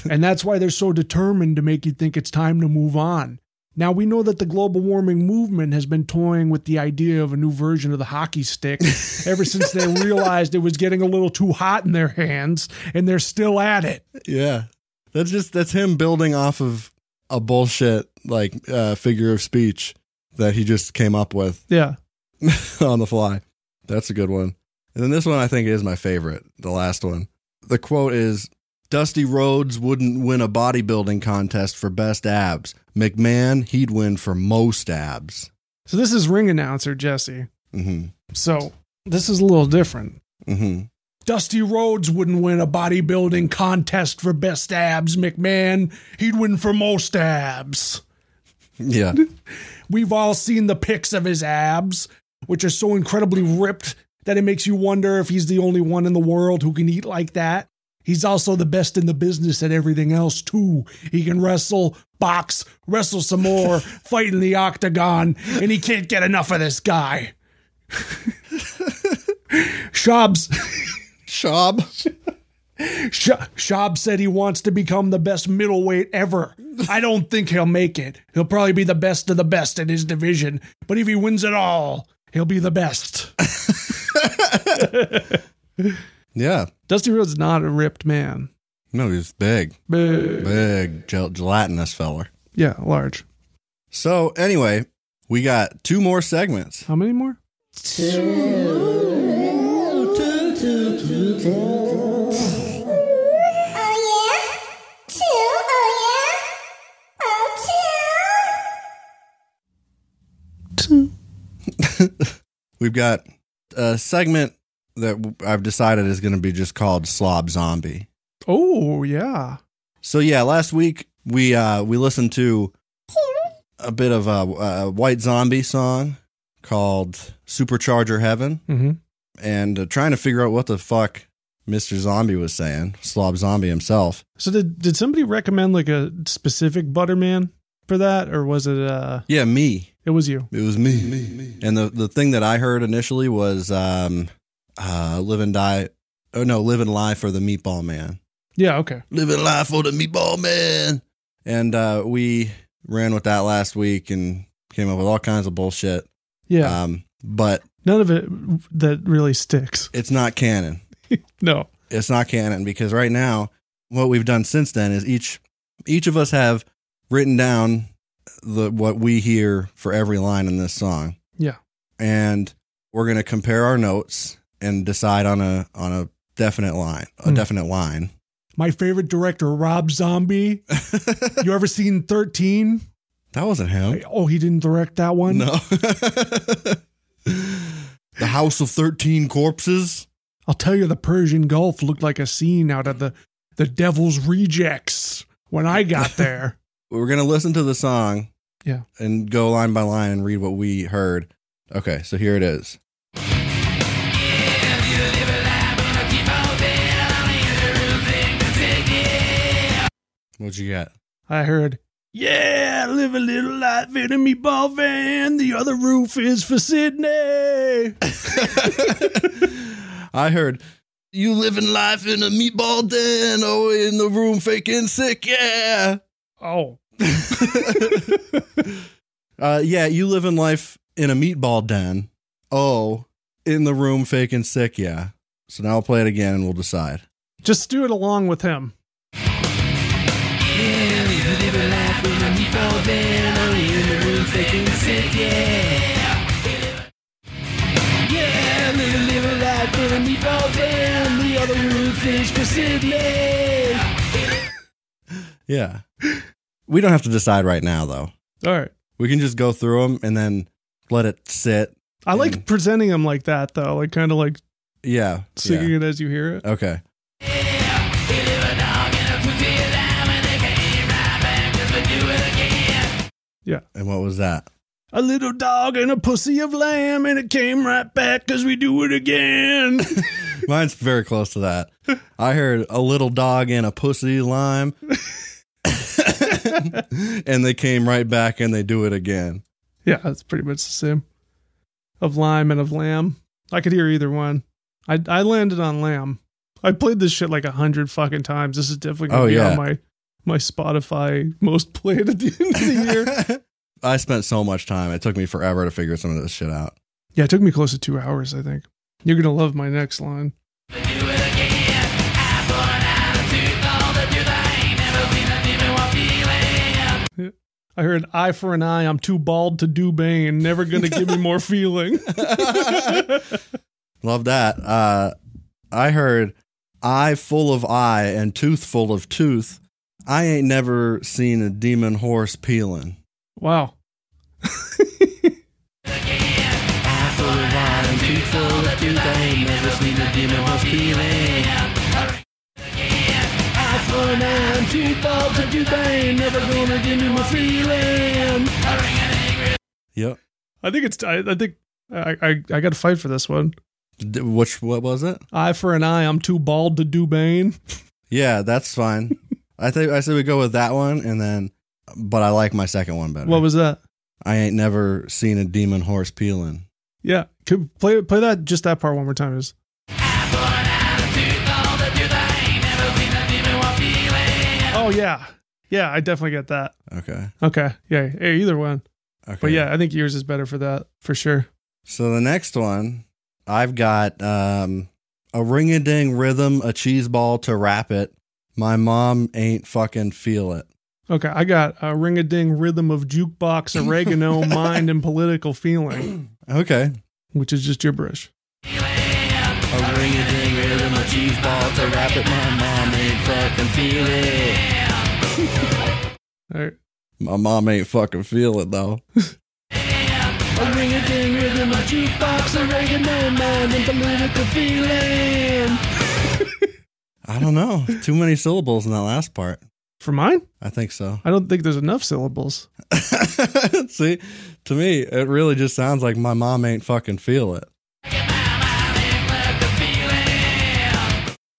Speaker 2: and that's why they're so determined to make you think it's time to move on. Now, we know that the global warming movement has been toying with the idea of a new version of the hockey stick ever since they realized it was getting a little too hot in their hands, and they're still at it.
Speaker 1: Yeah. That's just that's him building off of a bullshit like uh figure of speech that he just came up with [LAUGHS]
Speaker 2: Yeah.
Speaker 1: on the fly. That's a good one. And then this one I think is my favorite, the last one. The quote is Dusty Rhodes wouldn't win a bodybuilding contest for best abs. McMahon, he'd win for most abs.
Speaker 2: So, this is ring announcer Jesse.
Speaker 1: hmm
Speaker 2: So, this is a little different.
Speaker 1: hmm
Speaker 2: Dusty Rhodes wouldn't win a bodybuilding contest for best abs, McMahon. He'd win for most abs.
Speaker 1: Yeah.
Speaker 2: We've all seen the pics of his abs, which are so incredibly ripped that it makes you wonder if he's the only one in the world who can eat like that. He's also the best in the business at everything else, too. He can wrestle, box, wrestle some more, fight in the octagon, and he can't get enough of this guy. [LAUGHS] Shabs,
Speaker 1: Shab.
Speaker 2: Sh- Shab said he wants to become the best middleweight ever. I don't think he'll make it. He'll probably be the best of the best in his division. But if he wins it all, he'll be the best.
Speaker 1: Yeah.
Speaker 2: [LAUGHS] Dusty Rhodes is not a ripped man.
Speaker 1: No, he's big,
Speaker 2: Big.
Speaker 1: big, gel- gelatinous feller.
Speaker 2: Yeah, large.
Speaker 1: So anyway, we got two more segments.
Speaker 2: How many more?
Speaker 4: Oh yeah? Two, oh yeah? Oh two?
Speaker 1: We've got a segment that w- I've decided is going to be just called Slob Zombie.
Speaker 2: Oh, yeah.
Speaker 1: So yeah, last week we uh we listened to a bit of a, a White Zombie song called Supercharger Heaven
Speaker 2: Mm-hmm.
Speaker 1: and uh, trying to figure out what the fuck Mr. Zombie was saying, Slob Zombie himself.
Speaker 2: So did, did somebody recommend like a specific butterman for that? Or was it, uh,
Speaker 1: Yeah, me.
Speaker 2: it was you?
Speaker 1: It was me. me, me. And the the thing that I heard initially was um uh Live and Die Oh no, Live and Lie for the Meatball Man.
Speaker 2: Yeah, okay.
Speaker 1: living life for the meatball man. And uh, we ran with that last week and came up with all kinds of bullshit.
Speaker 2: Yeah.
Speaker 1: Um, but
Speaker 2: None of it that really sticks.
Speaker 1: it's not canon.
Speaker 2: No.
Speaker 1: It's not canon because right now, what we've done since then is each each of us have written down the what we hear for every line in this song.
Speaker 2: Yeah.
Speaker 1: and we're gonna compare our notes and decide on a on a definite line, a
Speaker 2: Hmm.
Speaker 1: definite line
Speaker 2: My favorite director, Rob Zombie. you ever seen 13?
Speaker 1: That wasn't him.
Speaker 2: Oh, he didn't direct that one?
Speaker 1: No. [LAUGHS] the House of 13 Corpses.
Speaker 2: I'll tell you, the Persian Gulf looked like a scene out of the, the Devil's Rejects when I
Speaker 1: [LAUGHS]
Speaker 2: got there.
Speaker 1: We're going to listen to the song.
Speaker 2: Yeah.
Speaker 1: And go line by line and read what we heard. Okay, so here it is. What'd you get?
Speaker 2: I heard, Yeah, live a little life in a meatball van. The other roof is for Sydney.
Speaker 1: [LAUGHS] I heard you living life in a meatball den, oh, in the room faking sick, yeah.
Speaker 2: Oh,
Speaker 1: [LAUGHS] uh, yeah, you living life in a meatball den, oh, in the room faking sick, yeah. So now I'll play it again and we'll decide.
Speaker 2: just do it along with him.
Speaker 1: Yeah. [GASPS] We don't have to decide right now, though.
Speaker 2: All right.
Speaker 1: We can just go through them and then let it sit.
Speaker 2: I like presenting him like that, though, like kind of like
Speaker 1: Yeah.
Speaker 2: singing it as you hear it.
Speaker 1: yeah. Okay.
Speaker 2: Yeah.
Speaker 1: And what was that?
Speaker 2: A little dog and a pussy of lamb, and it came right back because we do it again.
Speaker 1: [LAUGHS] Mine's very close to that. I heard a little dog and a pussy lime. [LAUGHS] and they came right back and they do it again.
Speaker 2: yeah, that's pretty much the same. Of lime and of lamb. I could hear either one. I, I landed on lamb. I played this shit like a hundred fucking times. This is definitely going to
Speaker 1: Oh,
Speaker 2: be
Speaker 1: yeah.
Speaker 2: on my, my Spotify most [LAUGHS] played at the end
Speaker 1: [LAUGHS]
Speaker 2: of the year.
Speaker 1: I spent so much time. It took me forever to figure some of this shit out. [LAUGHS]
Speaker 2: yeah, it took me close to two hours, I think. You're going to love my next line. I heard eye for an eye. I'm too bald to do bane. Never gonna give me
Speaker 1: [LAUGHS]
Speaker 2: more feeling.
Speaker 1: Love that. Uh, I heard eye full of eye and tooth full of tooth. I ain't never seen a demon horse peeling.
Speaker 2: Wow.
Speaker 1: Yep.
Speaker 2: I think it's. I, I think I, I. I got to fight for this one.
Speaker 1: D- which what was it?
Speaker 2: Eye for an eye. I'm too bald to do bane.
Speaker 1: Yeah, that's
Speaker 2: [LAUGHS]
Speaker 1: fine. I think I said we go with that one, and then, but I like my second one better.
Speaker 2: What was that?
Speaker 1: I ain't never seen a demon horse peeling.
Speaker 2: Yeah. Could play play that just that part one more time. Is oh yeah, yeah. I definitely get that.
Speaker 1: Okay.
Speaker 2: Okay. Yeah. yeah, Either one.
Speaker 1: Okay.
Speaker 2: But yeah, I think yours is better for that for sure.
Speaker 1: So the next one, I've got um, a ring a ding rhythm, a cheese ball to wrap it. My mom ain't fucking feel it.
Speaker 2: Okay, I got a ring a ding rhythm of jukebox, [LAUGHS] oregano, mind, and political feeling,
Speaker 1: Okay.
Speaker 2: which is just gibberish.
Speaker 1: A ring a ding rhythm, a cheese ball to wrap it. My mom ain't fucking feel it.
Speaker 2: All right.
Speaker 1: My mom ain't fucking feel it though. I don't know. Too many syllables in that last part.
Speaker 2: For mine,
Speaker 1: I think so. [LAUGHS]
Speaker 2: I don't think there's enough syllables.
Speaker 1: See, to me, it really just sounds like my mom ain't fucking feel it.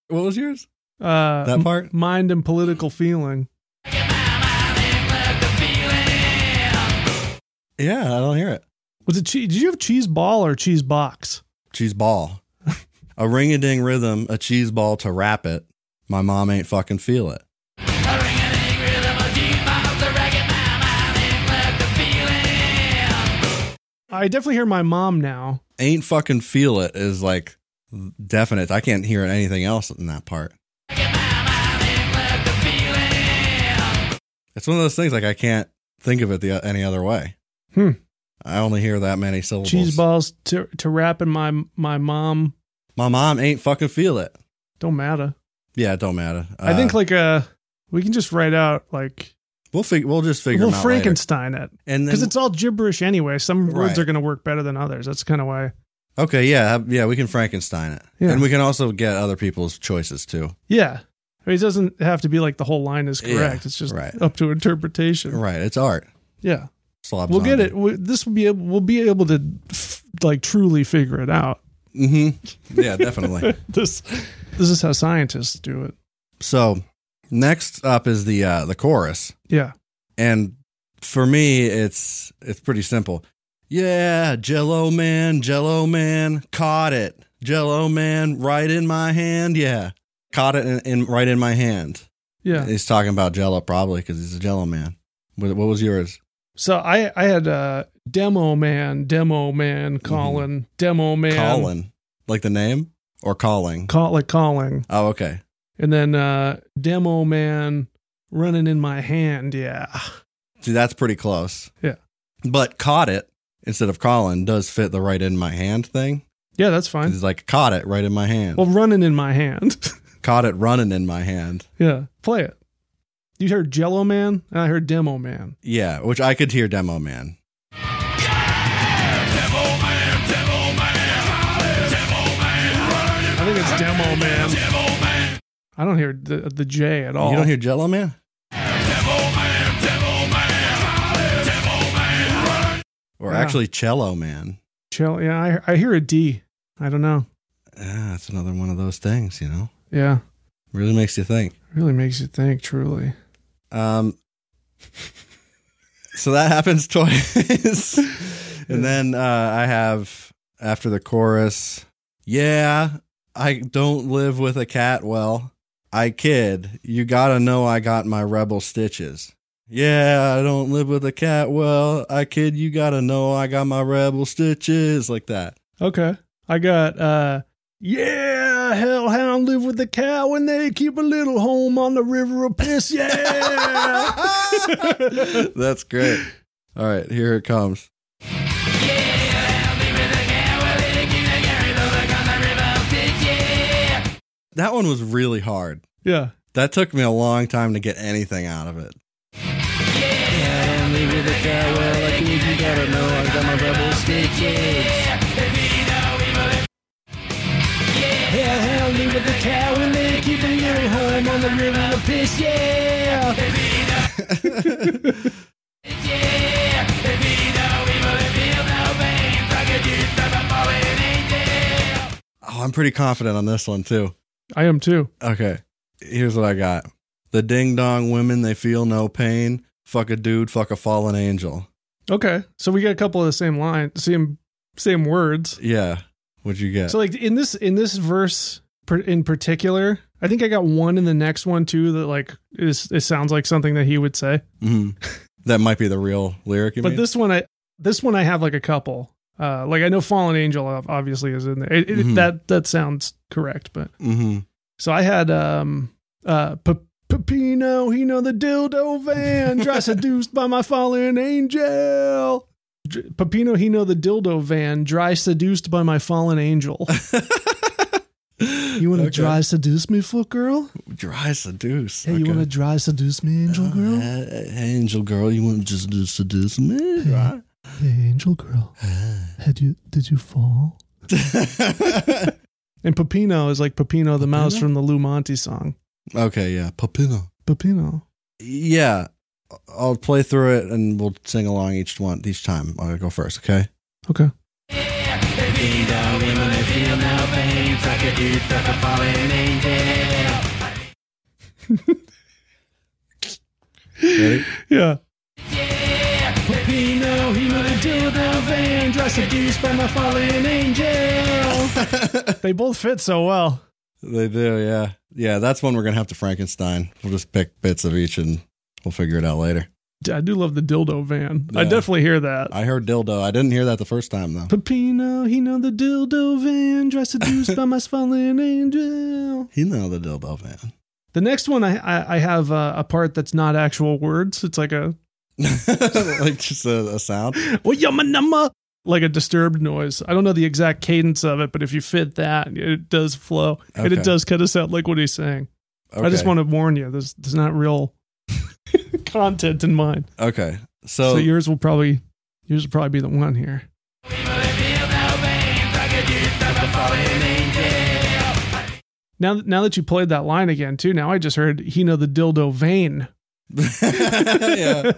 Speaker 1: What was yours?
Speaker 2: Uh,
Speaker 1: That part?
Speaker 2: m- mind and political feeling.
Speaker 1: Yeah, I don't hear it.
Speaker 2: Was it cheese? Did you have cheese ball or cheese box?
Speaker 1: Cheese ball. a ring a ding rhythm, a cheese ball to wrap it. My mom ain't fucking feel it.
Speaker 2: I definitely hear my mom now.
Speaker 1: Ain't fucking feel it is like definite. I can't hear anything else in that part. It's one of those things like I can't think of it the, any other way.
Speaker 2: Hmm.
Speaker 1: I only hear that many syllables.
Speaker 2: Cheese balls to to wrap in my my mom.
Speaker 1: My mom ain't fucking feel it.
Speaker 2: Don't matter.
Speaker 1: Yeah, it don't matter.
Speaker 2: I think
Speaker 1: Uh,
Speaker 2: like uh we can just write out like
Speaker 1: we'll fig- we'll just figure
Speaker 2: we'll
Speaker 1: them out later.
Speaker 2: Frankenstein it
Speaker 1: and
Speaker 2: because
Speaker 1: then,
Speaker 2: it's all gibberish anyway. Some words
Speaker 1: Right.
Speaker 2: are going to work better than others. That's kind of why.
Speaker 1: okay, yeah, uh, yeah, we can Frankenstein it,
Speaker 2: Yeah.
Speaker 1: and we can also get other people's choices too.
Speaker 2: Yeah, I mean, it doesn't have to be like the whole line is
Speaker 1: Yeah,
Speaker 2: correct. it's just
Speaker 1: right.
Speaker 2: up to interpretation.
Speaker 1: Right, it's art.
Speaker 2: Yeah,
Speaker 1: Slob
Speaker 2: we'll get it. We, this will be able, we'll be able to f- like truly figure it out. [LAUGHS]
Speaker 1: Mm-hmm. Yeah, definitely.
Speaker 2: This this is how scientists do it.
Speaker 1: so next up is the uh, the chorus,
Speaker 2: Yeah.
Speaker 1: and for me, it's it's pretty simple. Yeah, Jello man, Jello man, caught it. Jello man, right in my hand. Yeah, caught it in, in right in my hand.
Speaker 2: Yeah.
Speaker 1: He's talking about Jello probably because he's a Jello man. What, what was yours?
Speaker 2: So I I had uh demo man, demo man, Colin, demo man,
Speaker 1: Mm-hmm. Colin, like the name or calling?
Speaker 2: call like calling,
Speaker 1: oh, okay.
Speaker 2: and then uh demo man running in my hand. Yeah,
Speaker 1: See, that's pretty close.
Speaker 2: Yeah.
Speaker 1: But caught it instead of Colin does fit the right in my hand thing.
Speaker 2: yeah, that's fine.
Speaker 1: He's like caught it right in my hand.
Speaker 2: Well, running in my hand. [LAUGHS]
Speaker 1: caught it running in my hand.
Speaker 2: yeah, play it. You heard Jello man, and I heard demo man.
Speaker 1: Yeah, which I could hear demo man.
Speaker 2: I think it's demo man. I don't hear the the J at all.
Speaker 1: You don't hear Jello man? Or
Speaker 2: Yeah.
Speaker 1: actually cello man.
Speaker 2: Jello. Yeah, I I hear a D. I don't know.
Speaker 1: Yeah, Ah, that's another one of those things, you know.
Speaker 2: Yeah,
Speaker 1: Really makes you think.
Speaker 2: really makes you think. Truly.
Speaker 1: Um, so that happens [LAUGHS] twice. and then uh, I have, after the chorus, yeah, I don't live with a cat well. I kid. You gotta know I got my rebel stitches. Yeah, I don't live with a cat well. I kid. You gotta know I got my rebel stitches like that. [LAUGHS]
Speaker 2: Okay. I got uh yeah, hellhound live with the cow and they keep a little home on the river of
Speaker 1: [LAUGHS]
Speaker 2: piss. Yeah. [LAUGHS]
Speaker 1: That's great. All right, here it comes. That one was really hard.
Speaker 2: yeah.
Speaker 1: That took me a long time to get anything out of it.
Speaker 2: Hellhound live with the cow and they keep a little home on the river of piss. Yeah.
Speaker 1: [LAUGHS] Oh, I'm pretty confident on this one too.
Speaker 2: I am too.
Speaker 1: Okay, here's what I got. The ding dong women, they feel no pain. Fuck a dude, fuck a fallen angel.
Speaker 2: Okay. So we get a couple of the same lines, same same words.
Speaker 1: Yeah. What'd you get?
Speaker 2: So like in this in this verse per- in particular, I think I got one in the next one too that like is it sounds like something that he would say.
Speaker 1: Mhm. [LAUGHS] That might be the real lyric. You
Speaker 2: but
Speaker 1: mean?
Speaker 2: this one i this one i have like a couple uh like i know fallen angel ob- obviously is in there it, it,
Speaker 1: Mhm.
Speaker 2: that that sounds correct but
Speaker 1: hmm
Speaker 2: so i had um uh P- Pepino, he know the dildo van, [LAUGHS] dry seduced by my fallen angel. Dr- Pepino, he know the dildo van, dry seduced by my fallen angel. You [LAUGHS] want to dry seduce me, foot girl?
Speaker 1: dry seduce? Uh,
Speaker 2: Hey, you want to dry seduce me, angel girl?
Speaker 1: angel girl, you want to just do seduce me? Right? [LAUGHS]
Speaker 2: Hey, angel girl, had you did you fall? And Pepino is like Pepino the mouse
Speaker 1: Peppino?
Speaker 2: from the Lou Monte song.
Speaker 1: okay, yeah, Papino.
Speaker 2: Pepino.
Speaker 1: Yeah, I'll play through it and we'll sing along each one each time. I'll go first, okay?
Speaker 2: Okay. [LAUGHS]
Speaker 1: Ready?
Speaker 2: Yeah. Pepino, he would do the van, dressed seduced by my fallen angel. they both fit so well.
Speaker 1: they do, yeah, yeah. That's one we're gonna have to Frankenstein. We'll just pick bits of each and we'll figure it out later.
Speaker 2: D- I do love the dildo van. I
Speaker 1: Yeah.
Speaker 2: definitely hear that.
Speaker 1: I heard dildo. I didn't hear that the first time though.
Speaker 2: Pepino, he know the dildo van, dressed seduced by my fallen angel.
Speaker 1: He know the dildo man. [LAUGHS]
Speaker 2: The next one, I I, I have uh, a part that's not actual words. It's like a
Speaker 1: like just a, a sound.
Speaker 2: well, yumma numma, like a disturbed noise. I don't know the exact cadence of it, but if you fit that, it does flow and
Speaker 1: Okay.
Speaker 2: it does kind of sound like what he's saying.
Speaker 1: Okay.
Speaker 2: I just want to warn you. There's there's not real [LAUGHS] content in mine.
Speaker 1: Okay. So,
Speaker 2: So, yours will probably yours will probably be the one here. Now, now that you played that line again too, now I just heard he know the dildo vein.
Speaker 1: [LAUGHS] [LAUGHS]
Speaker 2: [LAUGHS]
Speaker 1: yeah.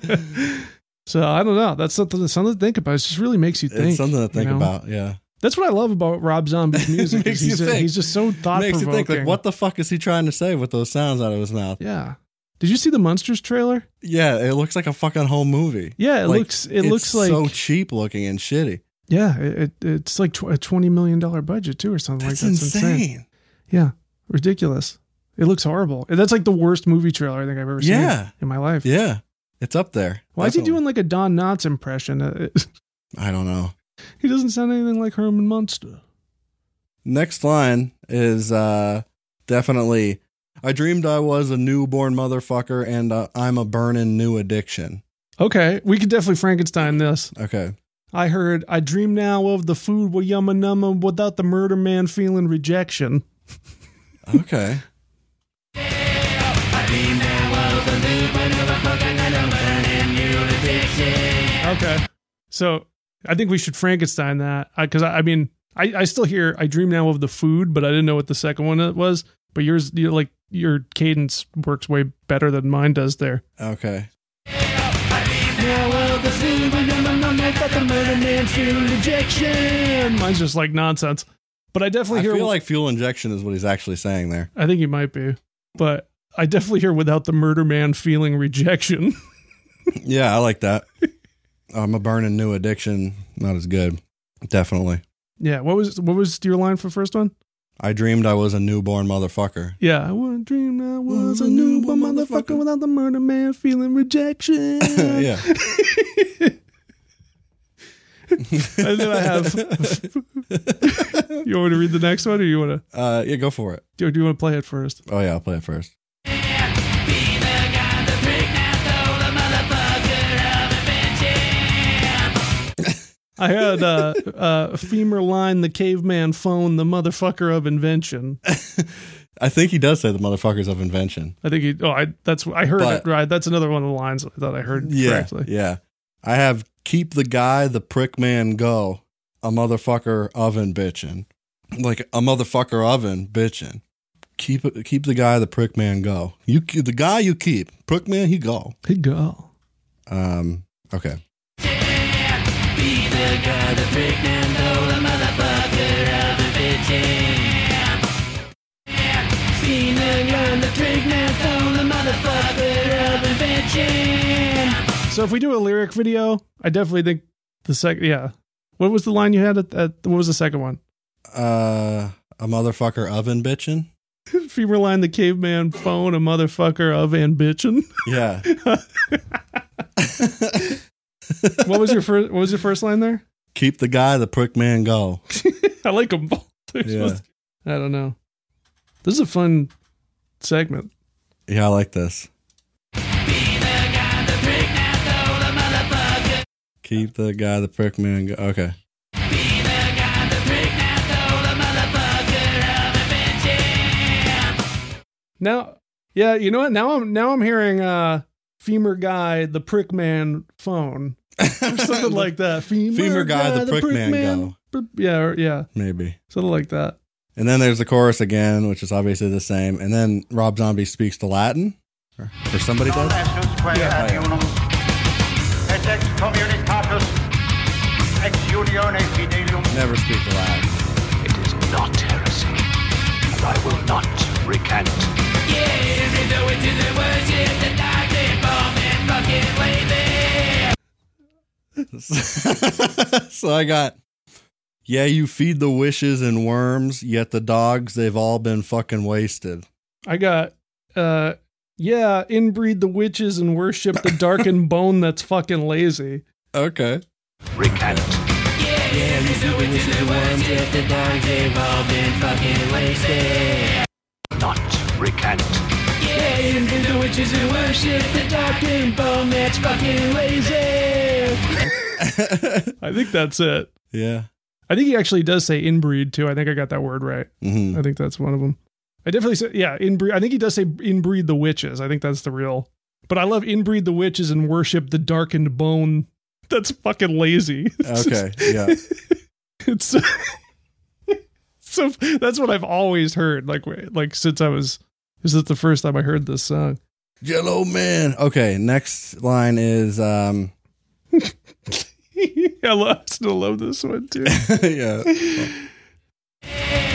Speaker 2: So I don't know. That's something that's something to think about. It just really makes you think.
Speaker 1: It's something to think
Speaker 2: you know?
Speaker 1: about. Yeah.
Speaker 2: That's what I love about
Speaker 1: [LAUGHS]
Speaker 2: Rob Zombie's music.
Speaker 1: Makes
Speaker 2: is he's,
Speaker 1: you
Speaker 2: a-
Speaker 1: think.
Speaker 2: he's just so thought
Speaker 1: Makes you
Speaker 2: provoking.
Speaker 1: think, like, what the fuck is he trying to say with those sounds out of his mouth?
Speaker 2: Yeah. Did you see the Monsters trailer?
Speaker 1: Yeah, it looks like a fucking home movie.
Speaker 2: Yeah, it
Speaker 1: Like,
Speaker 2: looks it
Speaker 1: It's
Speaker 2: looks like
Speaker 1: so cheap looking and shitty.
Speaker 2: yeah, it, it it's like tw- a twenty million dollar budget too or something
Speaker 1: That's,
Speaker 2: like that. Oh It's
Speaker 1: insane.
Speaker 2: Yeah, ridiculous. It looks horrible. That's like the worst movie trailer I think I've ever seen
Speaker 1: Yeah.
Speaker 2: in my life.
Speaker 1: Yeah, it's up there.
Speaker 2: Why is he
Speaker 1: Definitely.
Speaker 2: doing like a Don Knotts impression? Uh, [LAUGHS] it-
Speaker 1: I don't know.
Speaker 2: he doesn't sound anything like Herman Munster.
Speaker 1: Next line is uh definitely I dreamed I was a newborn motherfucker and uh, I'm a burning new addiction.
Speaker 2: Okay, we could definitely Frankenstein this.
Speaker 1: Okay.
Speaker 2: I heard, I dream now of the food wa yumma numma without the murder man feeling rejection. [LAUGHS]
Speaker 1: Okay.
Speaker 2: Okay. So I think we should Frankenstein that because I, I mean I, I still hear I dream now of the food, but I didn't know what the second one was. But yours, you like your cadence works way better than mine does there.
Speaker 1: Okay.
Speaker 2: Mine's just like nonsense. But I definitely
Speaker 1: I
Speaker 2: hear.
Speaker 1: feel like fuel injection is what he's actually saying there.
Speaker 2: I think you might be, but I definitely hear without the murder man feeling rejection. [LAUGHS]
Speaker 1: yeah, I like that. I'm a burning new addiction. Not as good. Definitely.
Speaker 2: yeah. What was what was your line for first one?
Speaker 1: I dreamed I was a newborn motherfucker.
Speaker 2: Yeah, I would dream I was a
Speaker 1: Mm-hmm.
Speaker 2: newborn motherfucker without the murder man feeling rejection.
Speaker 1: [LAUGHS] yeah.
Speaker 2: [LAUGHS] And then I have. you want me to read the next one, or you want
Speaker 1: [LAUGHS]
Speaker 2: to?
Speaker 1: Uh yeah, go for it.
Speaker 2: Do, do you want to play it first?
Speaker 1: Oh yeah, I'll play it first.
Speaker 2: I
Speaker 1: [LAUGHS]
Speaker 2: had uh, uh, femur line, the caveman phone, the motherfucker of invention.
Speaker 1: I think he does say the motherfuckers of invention.
Speaker 2: I think he. Oh, I that's I heard
Speaker 1: But-
Speaker 2: it right. That's another one of the lines that I heard
Speaker 1: Yeah.
Speaker 2: correctly.
Speaker 1: Yeah. I have keep the guy, the prick man go, a motherfucker oven bitchin'. Like a motherfucker oven bitchin'. Keep keep the guy, the prick man go. You the guy you keep, prick man he go.
Speaker 2: Hey, go.
Speaker 1: Um okay.
Speaker 2: So if we do a lyric video, I definitely think the second. Yeah. What was the line you had at, at what was the second one? [LAUGHS]
Speaker 1: Uh a motherfucker oven bitchin'.
Speaker 2: Femur line, the caveman phone, a motherfucker of ambition.
Speaker 1: Yeah.
Speaker 2: What was your first? What was your first line there?
Speaker 1: keep the guy, the prick man go.
Speaker 2: I like them both. [LAUGHS] They're
Speaker 1: Yeah.
Speaker 2: supposed to- I don't know. This is a fun segment.
Speaker 1: Yeah, I like this. Keep the guy, the prick man go. Okay.
Speaker 2: Now, yeah, you know what? Now I'm now I'm hearing uh femur guy, the prick man phone, or [LAUGHS] something like that. Femur,
Speaker 1: Femur guy, the prick man go.
Speaker 2: go. Yeah, or- yeah,
Speaker 1: Maybe.
Speaker 2: something like that.
Speaker 1: And then there's the chorus again, which is obviously the same. And then Rob Zombie speaks the Latin, or, or somebody does.
Speaker 5: ad unum, et ex communitatis, ex unione fidelium,
Speaker 1: Never speak the Latin. [LAUGHS]
Speaker 6: It is not heresy, and I will not recant.
Speaker 1: so I got, yeah, you feed the wishes and worms, yet the dogs, they've all been fucking wasted.
Speaker 2: I got uh yeah, inbreed the witches and worship the [LAUGHS] darkened bone that's fucking lazy.
Speaker 1: Okay. [LAUGHS]
Speaker 6: Recant. Not recant.
Speaker 2: I think that's it.
Speaker 1: yeah.
Speaker 2: I think he actually does say inbreed too. I think I got that word right.
Speaker 1: hmm
Speaker 2: [LAUGHS] I think that's one of them. I definitely say yeah, inbreed. I think he does say inbreed the witches. I think that's the real. But I love inbreed the witches and worship the darkened bone. That's fucking lazy. [LAUGHS] It's
Speaker 1: Okay. Yeah.
Speaker 2: it's [LAUGHS] so that's what I've always heard. Like w- like since I was this is the first time I heard this song. [LAUGHS]
Speaker 1: Yellow man. Okay. Next line is um. [LAUGHS]
Speaker 2: I love, still love this one too. [LAUGHS]
Speaker 1: yeah. [LAUGHS]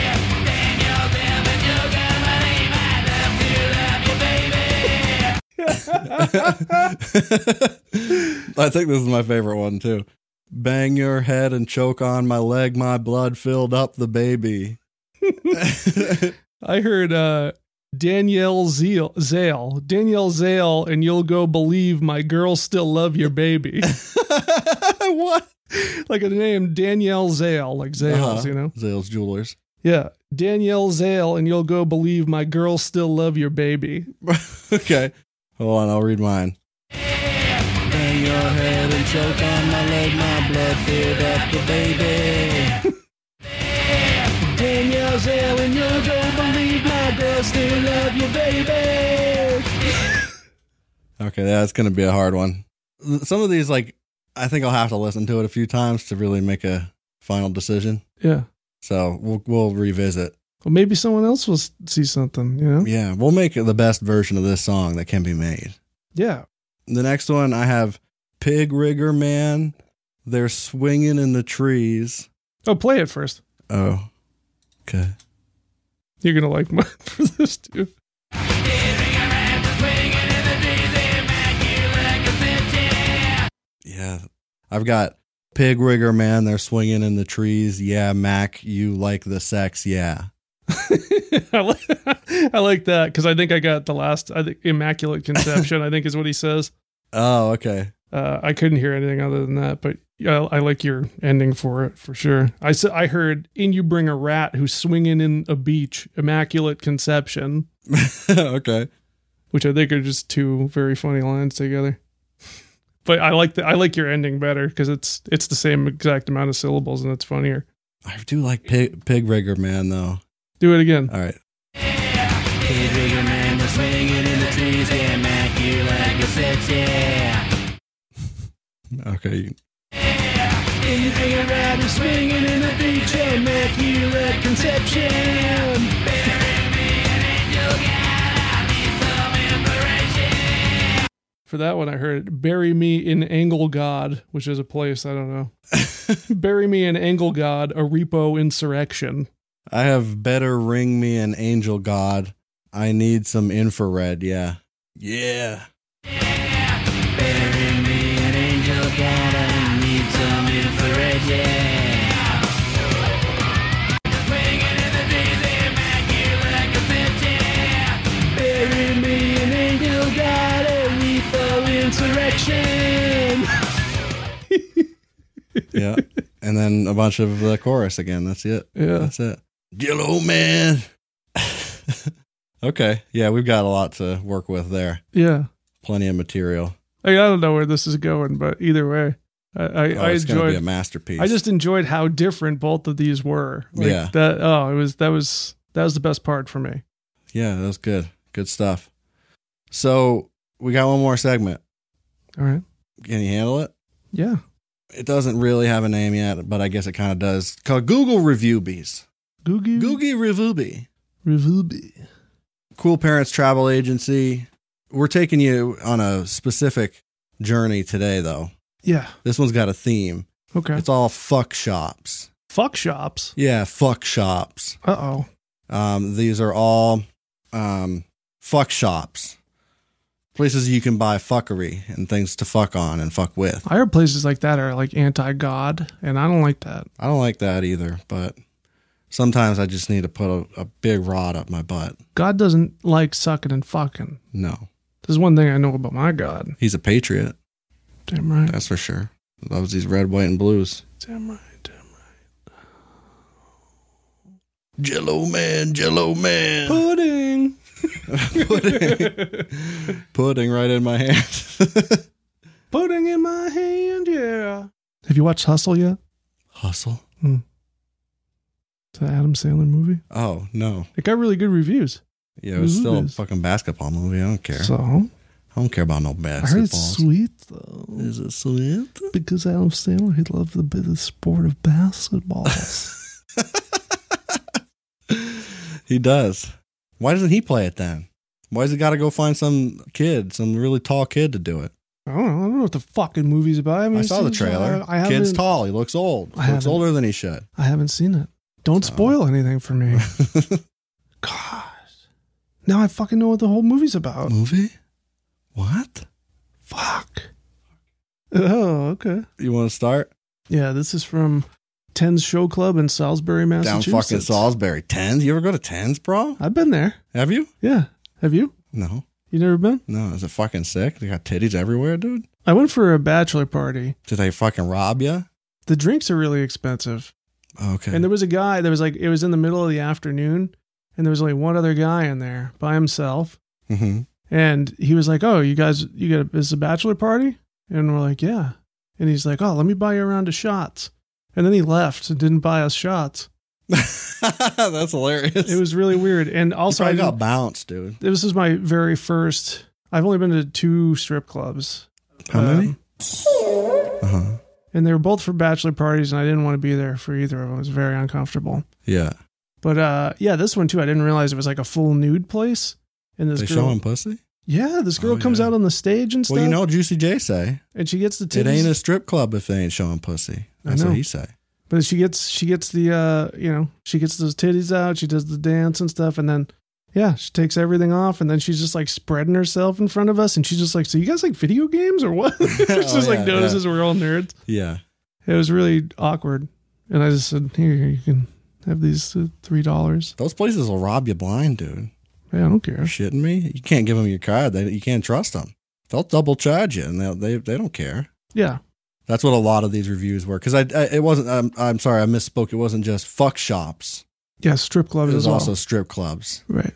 Speaker 1: I think this is my favorite one too. Bang your head and choke on my leg. My blood filled up the
Speaker 2: [LAUGHS]
Speaker 1: baby. [LAUGHS]
Speaker 2: I heard uh Danielle Zeal Zale. Danielle Zale and you'll go believe my girls still love your baby. [LAUGHS]
Speaker 1: what?
Speaker 2: like a name Danielle Zale, like Zales,
Speaker 1: Uh-huh.
Speaker 2: you know?
Speaker 1: Zales Jewelers.
Speaker 2: Yeah. Danielle Zale and you'll go believe my girls still love your baby.
Speaker 1: [LAUGHS] okay. Hold on, I'll read mine. Bang your head and choke on my leg, my blood filled up the baby.
Speaker 2: Danielle Zale and you'll go believe my girls still love your baby.
Speaker 1: [LAUGHS] Okay, that's gonna be a hard one. Some of these, like, I think I'll have to listen to it a few times to really make a final decision.
Speaker 2: Yeah.
Speaker 1: So we'll we'll revisit.
Speaker 2: Well maybe someone else will s- see something, you know?
Speaker 1: Yeah, we'll make it the best version of this song that can be made.
Speaker 2: Yeah.
Speaker 1: The next one I have Pig Rigger Man. They're swinging in the trees.
Speaker 2: Oh, play it first.
Speaker 1: Oh, okay.
Speaker 2: You're gonna like [LAUGHS] mine for this too.
Speaker 1: Yeah. I've got Pig Rigger Man, they're swinging in the trees. Yeah, Mac, you like the sex. Yeah.
Speaker 2: [LAUGHS] I, li- I like [LAUGHS] that because I think I got the last I think, immaculate conception. I think is what he says.
Speaker 1: Oh, okay. [LAUGHS]
Speaker 2: Uh, I couldn't hear anything other than that, but yeah, I, I like your ending for it for sure. I s- I heard in you bring a rat who's swinging in a beach, immaculate conception,
Speaker 1: okay.
Speaker 2: which I think are just two very funny lines together. [LAUGHS] But I like the I like your ending better because it's it's the same exact amount of syllables and it's funnier.
Speaker 1: I do like Pig, Pig Rigger Man, though.
Speaker 2: Do it again.
Speaker 1: All right. Okay. you-
Speaker 2: For that one, I heard "Bury Me in Angle God," which is a place I don't
Speaker 1: [LAUGHS]
Speaker 2: know. "Bury Me in Angle God," a repo insurrection.
Speaker 1: I have better ring me an angel god. I need some infrared. Yeah. Yeah. Yeah. and then a bunch of the chorus again. That's it.
Speaker 2: Yeah,
Speaker 1: That's it. Yellow man. [LAUGHS] okay. Yeah, we've got a lot to work with there.
Speaker 2: yeah.
Speaker 1: Plenty of material.
Speaker 2: I, I don't know where this is going, but either way, I I,
Speaker 1: Oh,
Speaker 2: I
Speaker 1: it's going to be a
Speaker 2: enjoyed.
Speaker 1: masterpiece.
Speaker 2: I just enjoyed how different both of these were.
Speaker 1: Yeah.
Speaker 2: That. Oh, it was that was that was the best part for me.
Speaker 1: Yeah, that was good. Good stuff. So we got one more segment.
Speaker 2: All right.
Speaker 1: Can you handle it?
Speaker 2: Yeah.
Speaker 1: It doesn't really have a name yet, but I guess it kind of does. Called Google Reviewbies.
Speaker 2: Googie.
Speaker 1: Googie Reviewbee.
Speaker 2: Revubi.
Speaker 1: Cool Parents Travel Agency. We're taking you on a specific journey today, though.
Speaker 2: Yeah.
Speaker 1: This one's got a theme.
Speaker 2: Okay.
Speaker 1: It's all fuck shops.
Speaker 2: Fuck shops.
Speaker 1: Yeah, fuck shops.
Speaker 2: Uh oh.
Speaker 1: Um, these are all um, fuck shops, places you can buy fuckery and things to fuck on and fuck with.
Speaker 2: I heard places like that are like anti-god, and I don't like that.
Speaker 1: I don't like that either, but sometimes I just need to put a, a big rod up my butt.
Speaker 2: God doesn't like sucking and fucking.
Speaker 1: No,
Speaker 2: There's one thing I know about my God.
Speaker 1: he's a patriot,
Speaker 2: Damn right.
Speaker 1: that's for sure. Loves these red, white, and blues.
Speaker 2: Damn right. Damn right.
Speaker 1: Jello man, Jello man,
Speaker 2: [LAUGHS] Pudding.
Speaker 1: [LAUGHS] pudding, pudding right in my hand. [LAUGHS]
Speaker 2: Pudding in my hand, yeah. Have you watched Hustle yet?
Speaker 1: Hustle.
Speaker 2: Hmm. It's an Adam Sandler movie.
Speaker 1: Oh no.
Speaker 2: It got really good reviews.
Speaker 1: Yeah, it was
Speaker 2: Who
Speaker 1: still a
Speaker 2: is?
Speaker 1: fucking basketball movie. I don't care.
Speaker 2: So
Speaker 1: I don't care about no
Speaker 2: I heard it's
Speaker 1: basketballs.
Speaker 2: sweet though
Speaker 1: Is it sweet?
Speaker 2: because Adam Sandler he loved the, the sport of [LAUGHS] basketball.
Speaker 1: He does. Why doesn't he play it then? Why does he got to go find some kid, some really tall kid to do it?
Speaker 2: I don't know. I don't know what the fucking movie's about. I,
Speaker 1: I,
Speaker 2: mean,
Speaker 1: saw the
Speaker 2: it's-
Speaker 1: trailer.
Speaker 2: I, I
Speaker 1: Kid's
Speaker 2: haven't-
Speaker 1: tall. He looks old.
Speaker 2: I
Speaker 1: looks
Speaker 2: haven't-
Speaker 1: older than he should.
Speaker 2: I haven't seen it. Don't
Speaker 1: So.
Speaker 2: spoil anything
Speaker 1: [LAUGHS]
Speaker 2: for me. Gosh. Now I fucking know what the whole movie's about.
Speaker 1: Movie? What?
Speaker 2: Fuck. Oh, okay.
Speaker 1: You want to start
Speaker 2: Yeah, this is from Tens Show Club in Salisbury,
Speaker 1: down
Speaker 2: Massachusetts.
Speaker 1: fucking Salisbury? Tens? You ever go to Tens, bro?
Speaker 2: I've been there.
Speaker 1: Have you?
Speaker 2: Yeah. Have you?
Speaker 1: No,
Speaker 2: You never been?
Speaker 1: no. Is it fucking sick? They got titties everywhere, dude.
Speaker 2: I went for a bachelor party.
Speaker 1: Did they fucking rob you?
Speaker 2: The drinks are really expensive.
Speaker 1: Okay.
Speaker 2: And there was a guy that was like, it was in the middle of the afternoon, and there was only one other guy in there by himself.
Speaker 1: Mhm.
Speaker 2: And he was like, "Oh, you guys, you got a, is a bachelor party?" And we're like, "Yeah." And he's like, "Oh, let me buy you a round of shots." And then he left and didn't buy us shots.
Speaker 1: [LAUGHS] That's hilarious.
Speaker 2: It was really weird. And also, I
Speaker 1: I got
Speaker 2: didn't-
Speaker 1: bounced, dude.
Speaker 2: this is my very first. I've only been to two strip clubs.
Speaker 1: How many?
Speaker 2: Um,
Speaker 1: Uh huh.
Speaker 2: And they were both for bachelor parties, and I didn't want to be there for either of them. It was very uncomfortable.
Speaker 1: Yeah.
Speaker 2: But uh, yeah, this one too. I didn't realize it was like a full nude place. And this
Speaker 1: they
Speaker 2: girl,
Speaker 1: show him pussy.
Speaker 2: yeah, this girl
Speaker 1: Oh,
Speaker 2: comes
Speaker 1: yeah.
Speaker 2: out on the stage and stuff.
Speaker 1: Well, you know, what Juicy J say
Speaker 2: and she gets the titties.
Speaker 1: it ain't a strip club if they ain't showing pussy.
Speaker 2: I
Speaker 1: That's
Speaker 2: know.
Speaker 1: what he say.
Speaker 2: But she gets she gets the uh you know she gets those titties out. She does the dance and stuff, and then yeah, she takes everything off, and then she's just like spreading herself in front of us, and she's just like, "So you guys like video games or
Speaker 1: [LAUGHS]
Speaker 2: what?" [LAUGHS] she's just
Speaker 1: Oh, yeah,
Speaker 2: like notices we're all nerds.
Speaker 1: Yeah.
Speaker 2: It was really awkward, and I just said, "Here, you can have these uh, three dollars."
Speaker 1: Those places will rob you blind, dude.
Speaker 2: Yeah, I don't
Speaker 1: You're
Speaker 2: care.
Speaker 1: shitting me. You can't give them your card. They, you can't trust them. They'll double charge you, and they they they don't care.
Speaker 2: Yeah,
Speaker 1: That's what a lot of these reviews were. Because I, I it wasn't. I'm, I'm sorry, I misspoke. It wasn't just fuck shops.
Speaker 2: yeah, strip
Speaker 1: It
Speaker 2: clubs
Speaker 1: was
Speaker 2: as well.
Speaker 1: also strip clubs,
Speaker 2: right,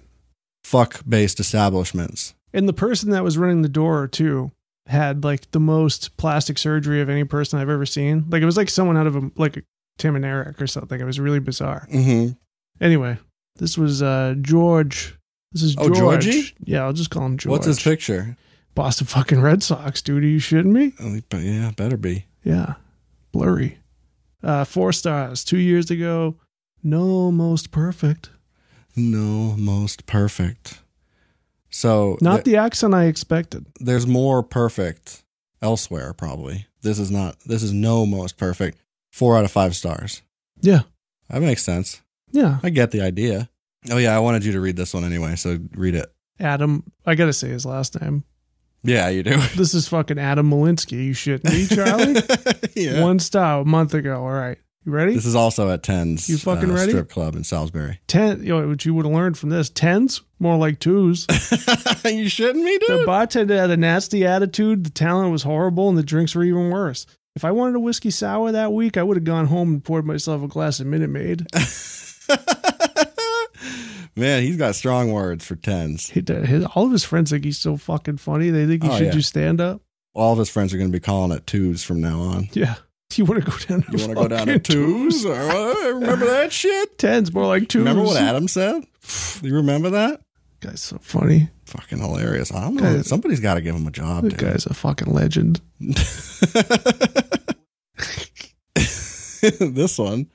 Speaker 1: fuck based establishments.
Speaker 2: and the person that was running the door too had like the most plastic surgery of any person I've ever seen. Like it was like someone out of a like a Tim and Eric or something. It was really bizarre.
Speaker 1: Mm-hmm.
Speaker 2: Anyway, this was uh George. This is
Speaker 1: Oh,
Speaker 2: George.
Speaker 1: Georgie?
Speaker 2: Yeah, I'll just call him George.
Speaker 1: What's his picture?
Speaker 2: Boston fucking Red Sox, dude. Are you shitting me?
Speaker 1: Oh, but yeah, better be.
Speaker 2: Yeah. Blurry. Uh four stars. Two years ago. No most perfect.
Speaker 1: No, most perfect. So
Speaker 2: Not the accent I expected.
Speaker 1: there's more perfect elsewhere probably this is not this is no most perfect four out of five stars
Speaker 2: Yeah.
Speaker 1: that makes sense
Speaker 2: Yeah.
Speaker 1: i get the idea oh yeah i wanted you to read this one anyway so read it
Speaker 2: Adam I gotta say his last name.
Speaker 1: yeah you do
Speaker 2: This is fucking Adam Malinsky. You shitting me, [LAUGHS] Charlie?
Speaker 1: [LAUGHS] yeah
Speaker 2: One star a month ago. All right. You ready?
Speaker 1: this is also at tens uh,
Speaker 2: You fucking ready?
Speaker 1: strip club in salisbury [LAUGHS]
Speaker 2: Ten you know, what you would have learned from this. Tens? More
Speaker 1: [LAUGHS]
Speaker 2: like twos.
Speaker 1: you shitting me
Speaker 2: The
Speaker 1: dude
Speaker 2: bartender had a nasty attitude. The talent was horrible, and the drinks were even worse. If I wanted a whiskey sour that week, I would have gone home and poured myself a glass of
Speaker 1: [LAUGHS]
Speaker 2: Minute Maid.
Speaker 1: man he's got strong words for tens
Speaker 2: He- his- all of his friends think he's so fucking funny. They think he
Speaker 1: Oh,
Speaker 2: should
Speaker 1: yeah.
Speaker 2: do stand up.
Speaker 1: all of his friends are going to be calling it twos from now on
Speaker 2: Yeah. [LAUGHS] You want to go down?
Speaker 1: you want to go down to
Speaker 2: fucking
Speaker 1: twos All right, remember that shit
Speaker 2: Tens, more like twos.
Speaker 1: Remember what Adam said? You remember that?
Speaker 2: Guy's so funny.
Speaker 1: Fucking hilarious. I don't know.
Speaker 2: Guys-
Speaker 1: Somebody's got to give him a job,
Speaker 2: That
Speaker 1: dude.
Speaker 2: guy's a fucking legend.
Speaker 1: [LAUGHS] this one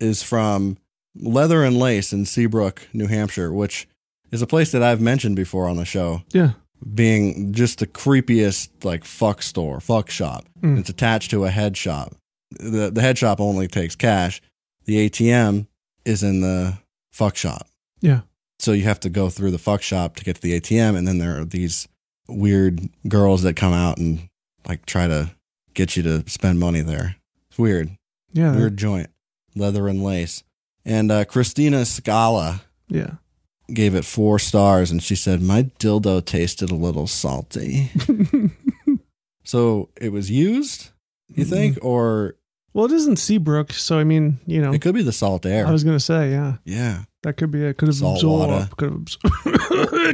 Speaker 1: is from Leather and Lace in Seabrook, New Hampshire, which is a place that I've mentioned before on the show,
Speaker 2: Yeah.
Speaker 1: being just the creepiest like fuck store, fuck shop.
Speaker 2: Mm.
Speaker 1: It's attached to a head shop. The the head shop only takes cash. The ATM is in the fuck shop.
Speaker 2: Yeah.
Speaker 1: So you have to go through the fuck shop to get to the ATM, and then there are these weird girls that come out and like try to get you to spend money there. It's weird,
Speaker 2: Yeah. that-
Speaker 1: weird joint, leather and lace. And uh, Christina Scala
Speaker 2: Yeah.
Speaker 1: gave it four stars, and she said my dildo tasted a little
Speaker 2: [LAUGHS]
Speaker 1: salty. so it was used, you
Speaker 2: Mm-hmm.
Speaker 1: think, or
Speaker 2: Well, it isn't Seabrook, so I mean, you know,
Speaker 1: it could be the salt air.
Speaker 2: I was going to say, yeah.
Speaker 1: yeah.
Speaker 2: That could be it. Could have
Speaker 1: Salt
Speaker 2: absorbed.
Speaker 1: water.
Speaker 2: Could have [LAUGHS] absorbed.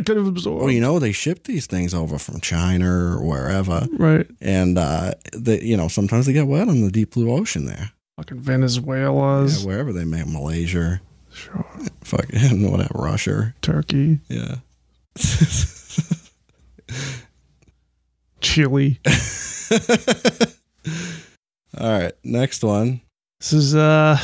Speaker 2: could have absorbed.
Speaker 1: Well, you know, they ship these things over from China or wherever.
Speaker 2: Right.
Speaker 1: and uh, they, you know sometimes they get wet on the deep blue ocean there.
Speaker 2: Fucking Venezuela's,
Speaker 1: Yeah, wherever they make Malaysia,
Speaker 2: sure,
Speaker 1: fucking [LAUGHS] whatever, Russia.
Speaker 2: Turkey,
Speaker 1: Yeah. [LAUGHS] [LAUGHS]
Speaker 2: Chile.
Speaker 1: All right, next one.
Speaker 2: This is uh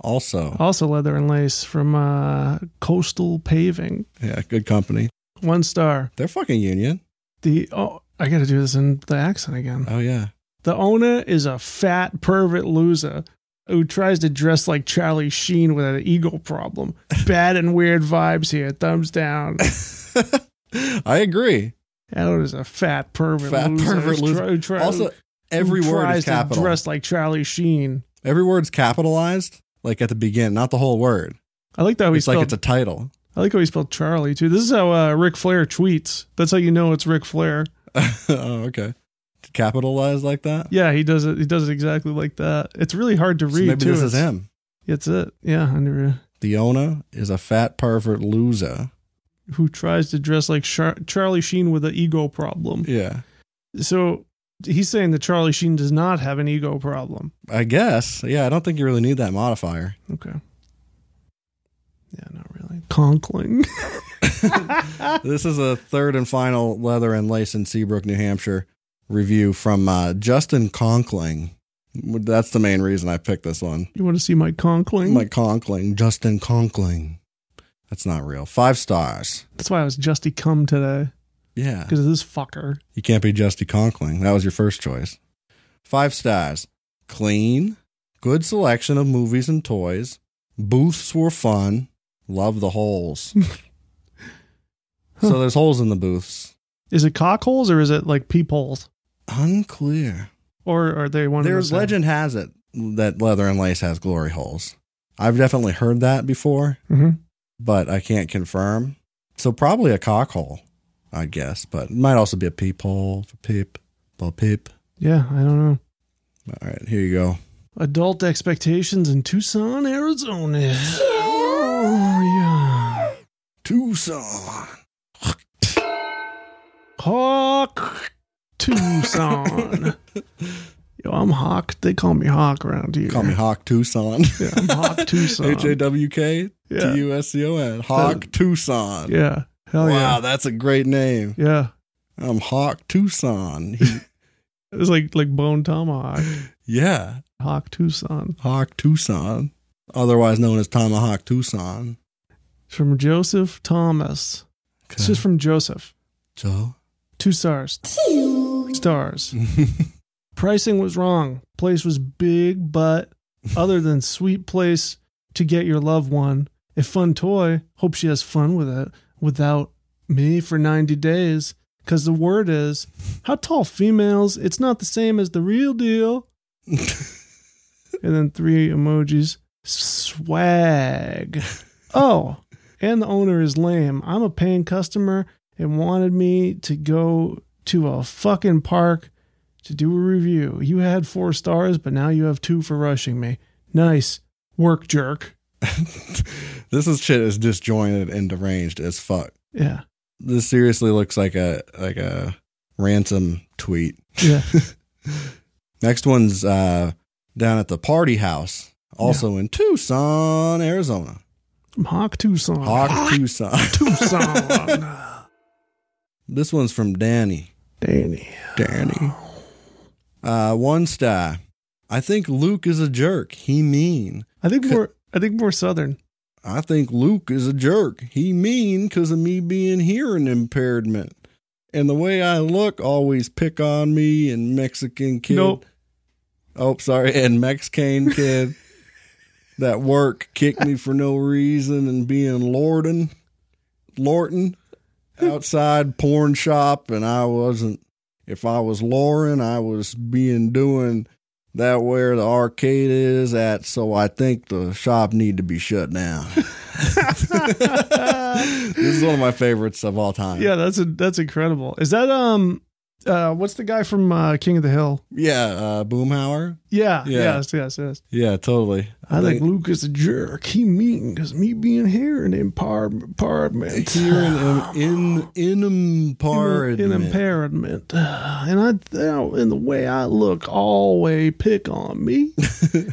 Speaker 1: Also,
Speaker 2: also leather and lace from uh Coastal Paving.
Speaker 1: yeah, good company.
Speaker 2: One star.
Speaker 1: They're fucking union.
Speaker 2: The oh I gotta do this in the accent again.
Speaker 1: Oh yeah.
Speaker 2: The owner is a fat pervert loser who tries to dress like Charlie Sheen with an ego
Speaker 1: [LAUGHS]
Speaker 2: problem. Bad and weird vibes here. Thumbs down.
Speaker 1: I agree.
Speaker 2: That is a fat pervert
Speaker 1: Fat
Speaker 2: loser.
Speaker 1: pervert
Speaker 2: who
Speaker 1: loser.
Speaker 2: try- who try-
Speaker 1: Also, every
Speaker 2: who
Speaker 1: word is
Speaker 2: tries to
Speaker 1: capital.
Speaker 2: Dress like Charlie Sheen.
Speaker 1: Every word's capitalized, like at the beginning, not the whole word.
Speaker 2: I like how he
Speaker 1: It's like
Speaker 2: spelled.
Speaker 1: it's a title. [LAUGHS]
Speaker 2: I like how he spelled Charlie too. This is how uh, Ric Flair tweets. That's how you know it's Ric Flair.
Speaker 1: oh, okay. Capitalized like that.
Speaker 2: Yeah, he does it. He does it exactly like that. It's really hard to
Speaker 1: So
Speaker 2: read
Speaker 1: maybe
Speaker 2: too.
Speaker 1: this is
Speaker 2: It's-
Speaker 1: him.
Speaker 2: It's it. Yeah, uh, I never-
Speaker 1: The owner is a fat pervert loser.
Speaker 2: who tries to dress like Char- Charlie Sheen with an ego problem.
Speaker 1: Yeah,
Speaker 2: So he's saying that Charlie Sheen does not have an ego problem.
Speaker 1: I guess. Yeah, I don't think you really need that
Speaker 2: [LAUGHS]
Speaker 1: modifier.
Speaker 2: Okay. Yeah, not really. Conkling. [LAUGHS]
Speaker 1: this is a third and final leather and lace in Seabrook, New Hampshire review from uh, Justin Conkling. That's the main reason I picked this one.
Speaker 2: You want to see my conkling?
Speaker 1: My Conkling, Justin Conkling. That's not real. Five stars.
Speaker 2: That's why I was Justy Cum today
Speaker 1: Yeah.
Speaker 2: because of this fucker.
Speaker 1: You can't be Justy Conkling. That was your first choice. Five stars. Clean. Good selection of movies and toys. Booths were fun. Love the
Speaker 2: [LAUGHS]
Speaker 1: holes. So there's holes in the booths.
Speaker 2: Is it cock holes or is it like peep holes?
Speaker 1: Unclear.
Speaker 2: Or are they one?
Speaker 1: There's
Speaker 2: of those-
Speaker 1: legend has it that leather and lace has glory holes. I've definitely heard that before,
Speaker 2: Mhm.
Speaker 1: but I can't confirm. So probably a cock hole, I guess, but it might also be a peephole for peep, ball peep.
Speaker 2: Yeah, I don't know.
Speaker 1: All right, here you go.
Speaker 2: Adult expectations in Tucson, Arizona. Oh yeah.
Speaker 1: Tucson.
Speaker 2: Hawk
Speaker 1: [LAUGHS]
Speaker 2: Tucson. Yo, I'm Hawk. They call me Hawk around here.
Speaker 1: Call me Hawk Tucson.
Speaker 2: Yeah, I'm Hawk [LAUGHS] Tucson.
Speaker 1: H A W K
Speaker 2: Yeah.
Speaker 1: T U S C O N. Hawk Tucson.
Speaker 2: Yeah. Hell
Speaker 1: Wow, that's a great name.
Speaker 2: yeah. Yeah.
Speaker 1: I'm Hawk Tucson.
Speaker 2: [LAUGHS]
Speaker 1: He-
Speaker 2: It was like like Bone Tomahawk.
Speaker 1: yeah,
Speaker 2: Hawk Tucson.
Speaker 1: Hawk Tucson, otherwise known as Tomahawk Tucson.
Speaker 2: It's from Joseph Thomas. This is from Joseph.
Speaker 1: Joe.
Speaker 2: Two stars. Stars. Pricing was wrong. Place was big, but other than sweet place to get your loved one, a fun toy. Hope she has fun with it without me for 90 days. Because the word is how tall females, it's not the same as the real deal. and then three emojis swag. Oh, and the owner is lame. I'm a paying customer and wanted me to go to a fucking park to do a review. You had four stars, but now you have two for rushing me. Nice work, jerk.
Speaker 1: this is shit is disjointed and deranged as fuck.
Speaker 2: Yeah.
Speaker 1: This seriously looks like a like a ransom tweet.
Speaker 2: Yeah.
Speaker 1: Next one's uh, down at the party house, also in Tucson, Arizona.
Speaker 2: From Hawk Tucson.
Speaker 1: Hawk Tucson. [LAUGHS]
Speaker 2: Tucson.
Speaker 1: this one's from Danny.
Speaker 2: [LAUGHS] Danny.
Speaker 1: Danny. Uh, one star. I think Luke is a jerk. He mean.
Speaker 2: I think more I think more southern.
Speaker 1: I think Luke is a jerk. He mean because of me being hearing impairment. And the way I look always pick on me and Mexican kid.
Speaker 2: Nope.
Speaker 1: Oh, sorry. And Mexican kid that work kicked me for no reason and being Lorden, Lorton outside porn shop. And I wasn't, if I was Lauren, I was being doing that where the arcade is at. So I think the shop need to be shut
Speaker 2: [LAUGHS]
Speaker 1: down. [LAUGHS] this is one of my favorites of all time.
Speaker 2: Yeah, that's a, that's incredible. Is that um uh, what's the guy from uh, King of the Hill?
Speaker 1: Yeah, uh, Boomhauer.
Speaker 2: Yeah,
Speaker 1: Yeah.
Speaker 2: yes, yes, yes.
Speaker 1: Yeah, totally.
Speaker 2: I think Luke is a jerk. He mean because me being here in impar-
Speaker 1: [LAUGHS]
Speaker 2: apartment.
Speaker 1: Here in in in
Speaker 2: in, in impairment. And I, thou- and the way I look, always pick
Speaker 1: [LAUGHS]
Speaker 2: on me.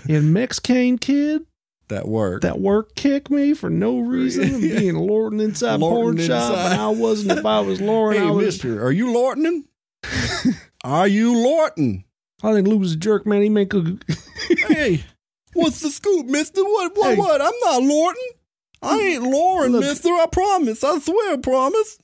Speaker 2: and Mexican kid
Speaker 1: that work.
Speaker 2: that work kick me for no reason.
Speaker 1: [LAUGHS]
Speaker 2: And being lorting inside porn
Speaker 1: Lorting
Speaker 2: shop,
Speaker 1: inside.
Speaker 2: and I wasn't. If I was lorting,
Speaker 1: hey,
Speaker 2: I was.
Speaker 1: Mister, are you
Speaker 2: [LAUGHS]
Speaker 1: Lortoning? are you Lorton?
Speaker 2: I think Luke was a jerk, man. He make a.
Speaker 1: Hey, what's the scoop, Mister? What what
Speaker 2: Hey. Mm-hmm.
Speaker 1: what? I'm not Lorton. I ain't Lauren,
Speaker 2: Look.
Speaker 1: Mister. I promise. I swear, I promise.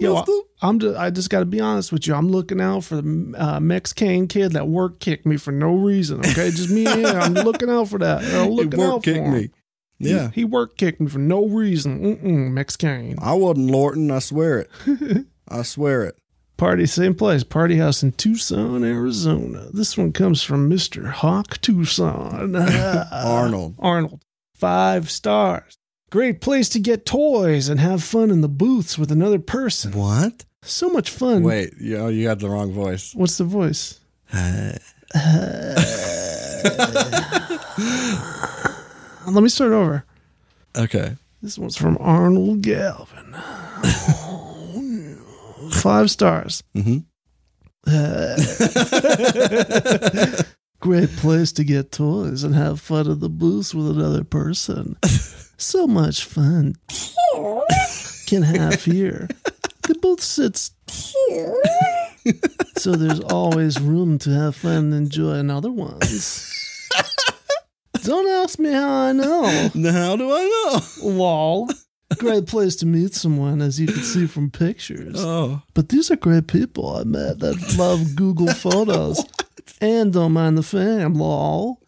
Speaker 2: Yo,
Speaker 1: mister.
Speaker 2: I'm just, I just got to be honest with you. I'm looking out for the uh, Mexican kid that work kicked me for no reason. Okay, just me and
Speaker 1: [LAUGHS]
Speaker 2: him. I'm looking out for that. I'm
Speaker 1: He
Speaker 2: looking out for
Speaker 1: kicked
Speaker 2: him.
Speaker 1: Yeah.
Speaker 2: He, he work kicked me for no reason. Mm-mm, Mexican.
Speaker 1: I wasn't Lorton. I swear it.
Speaker 2: [LAUGHS]
Speaker 1: I swear it.
Speaker 2: Party same place, party house in Tucson, Arizona. This one comes from Mr. Hawk Tucson. [LAUGHS] Uh.
Speaker 1: Arnold.
Speaker 2: Arnold. Five stars. Great place to get toys and have fun in the booths with another person.
Speaker 1: What?
Speaker 2: So much fun.
Speaker 1: Wait, you know, you had the wrong voice.
Speaker 2: What's the voice? [LAUGHS] Let me start over.
Speaker 1: Okay.
Speaker 2: This one's from Arnold Galvin. Five stars.
Speaker 1: Mhm.
Speaker 2: [LAUGHS] Great place to get toys and have fun at the booth with another person. so much fun can have here. The booth sits so there's always room to have fun and enjoy another ones. Don't ask me how I know.
Speaker 1: Now how do I know? [LAUGHS]
Speaker 2: Lol. Great place to meet someone, as you can see from pictures.
Speaker 1: Oh.
Speaker 2: But these are great people I met that love Google Photos and don't mind the fam, lol.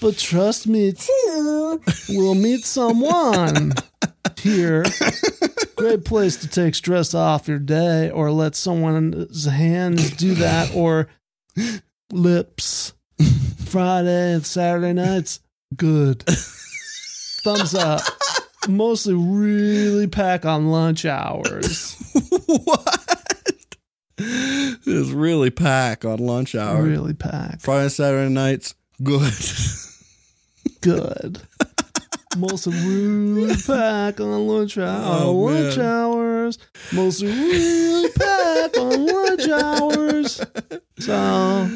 Speaker 2: But trust me, we'll meet someone here. Great place to take stress off your day or let someone's hands do that or lips. Friday and Saturday nights, good. Thumbs up. Mostly really pack on lunch hours.
Speaker 1: [LAUGHS] what? It's really pack on lunch hour.
Speaker 2: Really packed.
Speaker 1: Friday, Saturday nights, good. [LAUGHS]
Speaker 2: Good. Most really pack on lunch hour.
Speaker 1: Oh,
Speaker 2: lunch
Speaker 1: man.
Speaker 2: hours. Most really pack on lunch hours. So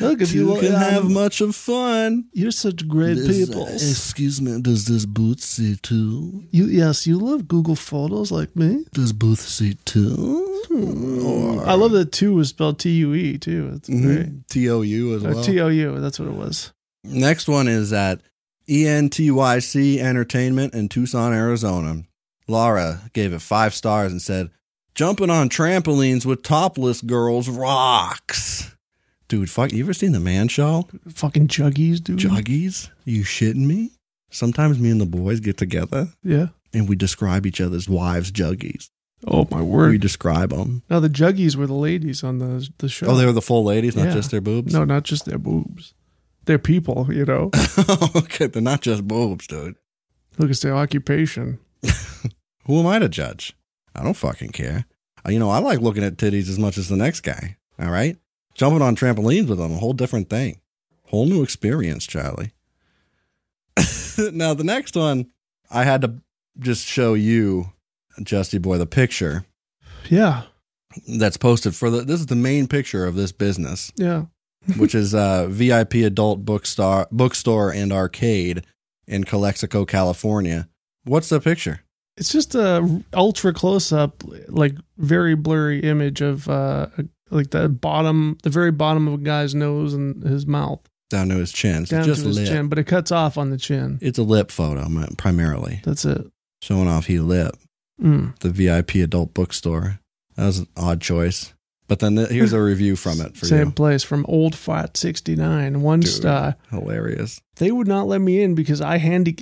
Speaker 2: look if
Speaker 1: [LAUGHS]
Speaker 2: you,
Speaker 1: you
Speaker 2: look,
Speaker 1: can have
Speaker 2: um,
Speaker 1: much of fun.
Speaker 2: you're such great
Speaker 1: This-
Speaker 2: people.
Speaker 1: excuse me, does this booth seat too?
Speaker 2: You yes, you love Google Photos like me.
Speaker 1: Does booth seat too?
Speaker 2: Hmm. I love that two was spelled T U E too. It's great.
Speaker 1: hmm, T O U as Mm-hmm. well.
Speaker 2: Or T O U. That's what it was.
Speaker 1: Next one is at E ENTYC Entertainment in Tucson, Arizona. Laura gave it five stars and said, Jumping on trampolines with topless girls rocks. Dude, fuck, you ever seen the man show?
Speaker 2: Fucking juggies, dude.
Speaker 1: Juggies? You shitting me? Sometimes me and the boys get together
Speaker 2: yeah.
Speaker 1: and we describe each other's wives juggies.
Speaker 2: Oh my
Speaker 1: We
Speaker 2: word.
Speaker 1: describe them.
Speaker 2: No, the juggies were the ladies on the the show.
Speaker 1: Oh, they were the full ladies, not
Speaker 2: Yeah.
Speaker 1: just their boobs?
Speaker 2: No, not just their boobs. They're people, you know.
Speaker 1: [LAUGHS] okay, they're not just boobs, dude.
Speaker 2: Look, it's their occupation.
Speaker 1: Who am I to judge? I don't fucking care. Uh, You know, I like looking at titties as much as the next guy. All right? Jumping on trampolines with them, a whole different thing. Whole new experience, Charlie. [LAUGHS] now, the next one, I had to just show you, Justy Boy, the picture
Speaker 2: Yeah,
Speaker 1: that's posted for the. This is the main picture of this business.
Speaker 2: yeah.
Speaker 1: which is a VIP adult bookstore, bookstore and arcade in Calexico, California. What's the picture?
Speaker 2: It's just a ultra close up, like very blurry image of uh like the bottom, the very bottom of a guy's nose and his mouth
Speaker 1: Down to his chin. So
Speaker 2: down
Speaker 1: just
Speaker 2: to his
Speaker 1: lip.
Speaker 2: chin, but it cuts off on the chin.
Speaker 1: It's a lip photo mi- primarily,
Speaker 2: That's it.
Speaker 1: showing off he lip.
Speaker 2: Mm.
Speaker 1: The VIP adult bookstore. That was an odd choice. But then th- here's a review from it for
Speaker 2: Same
Speaker 1: you.
Speaker 2: place from Old Fat sixty nine, one
Speaker 1: Dude.
Speaker 2: [LAUGHS] star.
Speaker 1: Hilarious. [LAUGHS]
Speaker 2: They would not let me in because I handy.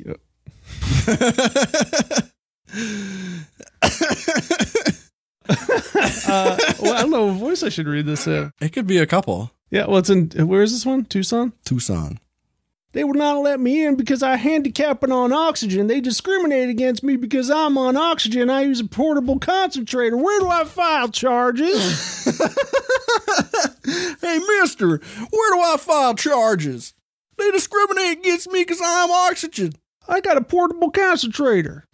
Speaker 2: Uh, [COUGHS] well, I don't know what voice I should read this in.
Speaker 1: it could be a couple.
Speaker 2: Yeah, well, it's in. Where is this one? Tucson.
Speaker 1: Tucson.
Speaker 2: They would not let me in because I handicap and on oxygen. They discriminate against me because I'm on oxygen. I use a portable concentrator. Where do I
Speaker 1: [LAUGHS]
Speaker 2: file charges?
Speaker 1: Hey, mister, where do I file charges? They discriminate against me because I'm oxygen.
Speaker 2: I got a portable concentrator.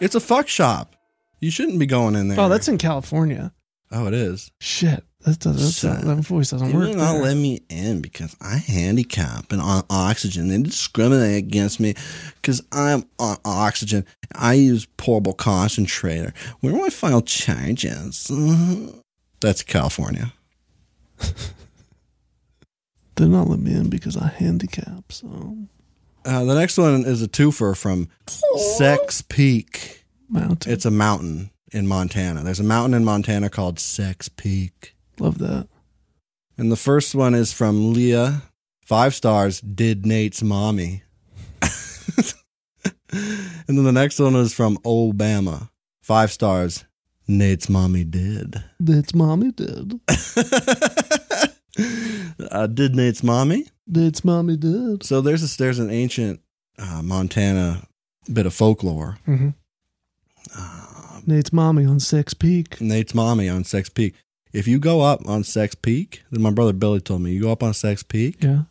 Speaker 1: It's a fuck shop. You shouldn't be going in there.
Speaker 2: Oh, that's in California.
Speaker 1: Oh, it is.
Speaker 2: Shit, that doesn't. That's that voice doesn't
Speaker 1: You
Speaker 2: work.
Speaker 1: will not
Speaker 2: there.
Speaker 1: let me in because I handicap and on oxygen. They discriminate against me because I'm on oxygen. I use portable concentrator. Where do I file charges? That's California.
Speaker 2: They're not let me in because I handicap. So
Speaker 1: Uh, the next one is a twofer from Sex Peak.
Speaker 2: mountain.
Speaker 1: It's a mountain in Montana. There's a mountain in Montana called Sex Peak.
Speaker 2: Love that.
Speaker 1: And the first one is from Leah. Five stars, did Nate's mommy. [LAUGHS] and then the next one is from Obama. Five stars, Nate's mommy did. [LAUGHS]
Speaker 2: That's mommy did.
Speaker 1: uh, did Nate's mommy?
Speaker 2: That's mommy did.
Speaker 1: So there's this, there's an ancient uh, Montana bit of folklore.
Speaker 2: Nate's mommy on Sex Peak.
Speaker 1: Nate's mommy on Sex Peak. If you go up on Sex Peak, then my brother Billy told me you go up on Sex Peak
Speaker 2: Yeah.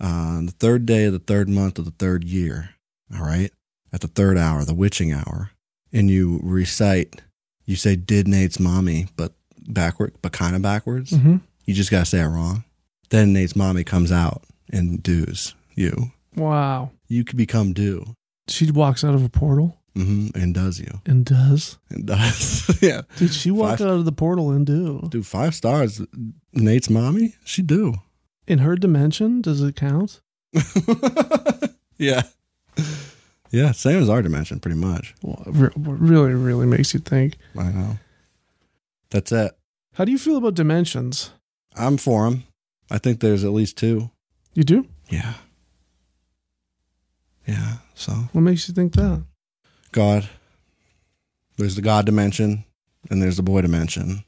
Speaker 1: uh, on the third day of the third month of the third year, all right, at the third hour, the witching hour, and you recite, you say, Did Nate's mommy, but backward, but kind of backwards.
Speaker 2: Mm-hmm.
Speaker 1: You just got to say it wrong. Then Nate's mommy comes out and does you.
Speaker 2: Wow.
Speaker 1: You could become do
Speaker 2: She walks out of a portal
Speaker 1: hmm and does you.
Speaker 2: and does.
Speaker 1: And does. [LAUGHS] yeah.
Speaker 2: Did she walk
Speaker 1: Five-
Speaker 2: out of the portal and do?
Speaker 1: Dude, five stars. Nate's mommy? She do.
Speaker 2: In her dimension, does it count?
Speaker 1: [LAUGHS] yeah. Yeah, same as our dimension, pretty much.
Speaker 2: Well, re- really, really makes you think.
Speaker 1: I know. That's it.
Speaker 2: How do you feel about dimensions?
Speaker 1: I'm for them. I think there's at least two.
Speaker 2: You do?
Speaker 1: Yeah. Yeah. So
Speaker 2: What makes you think that?
Speaker 1: God, there's the God dimension, and there's the boy [LAUGHS] dimension.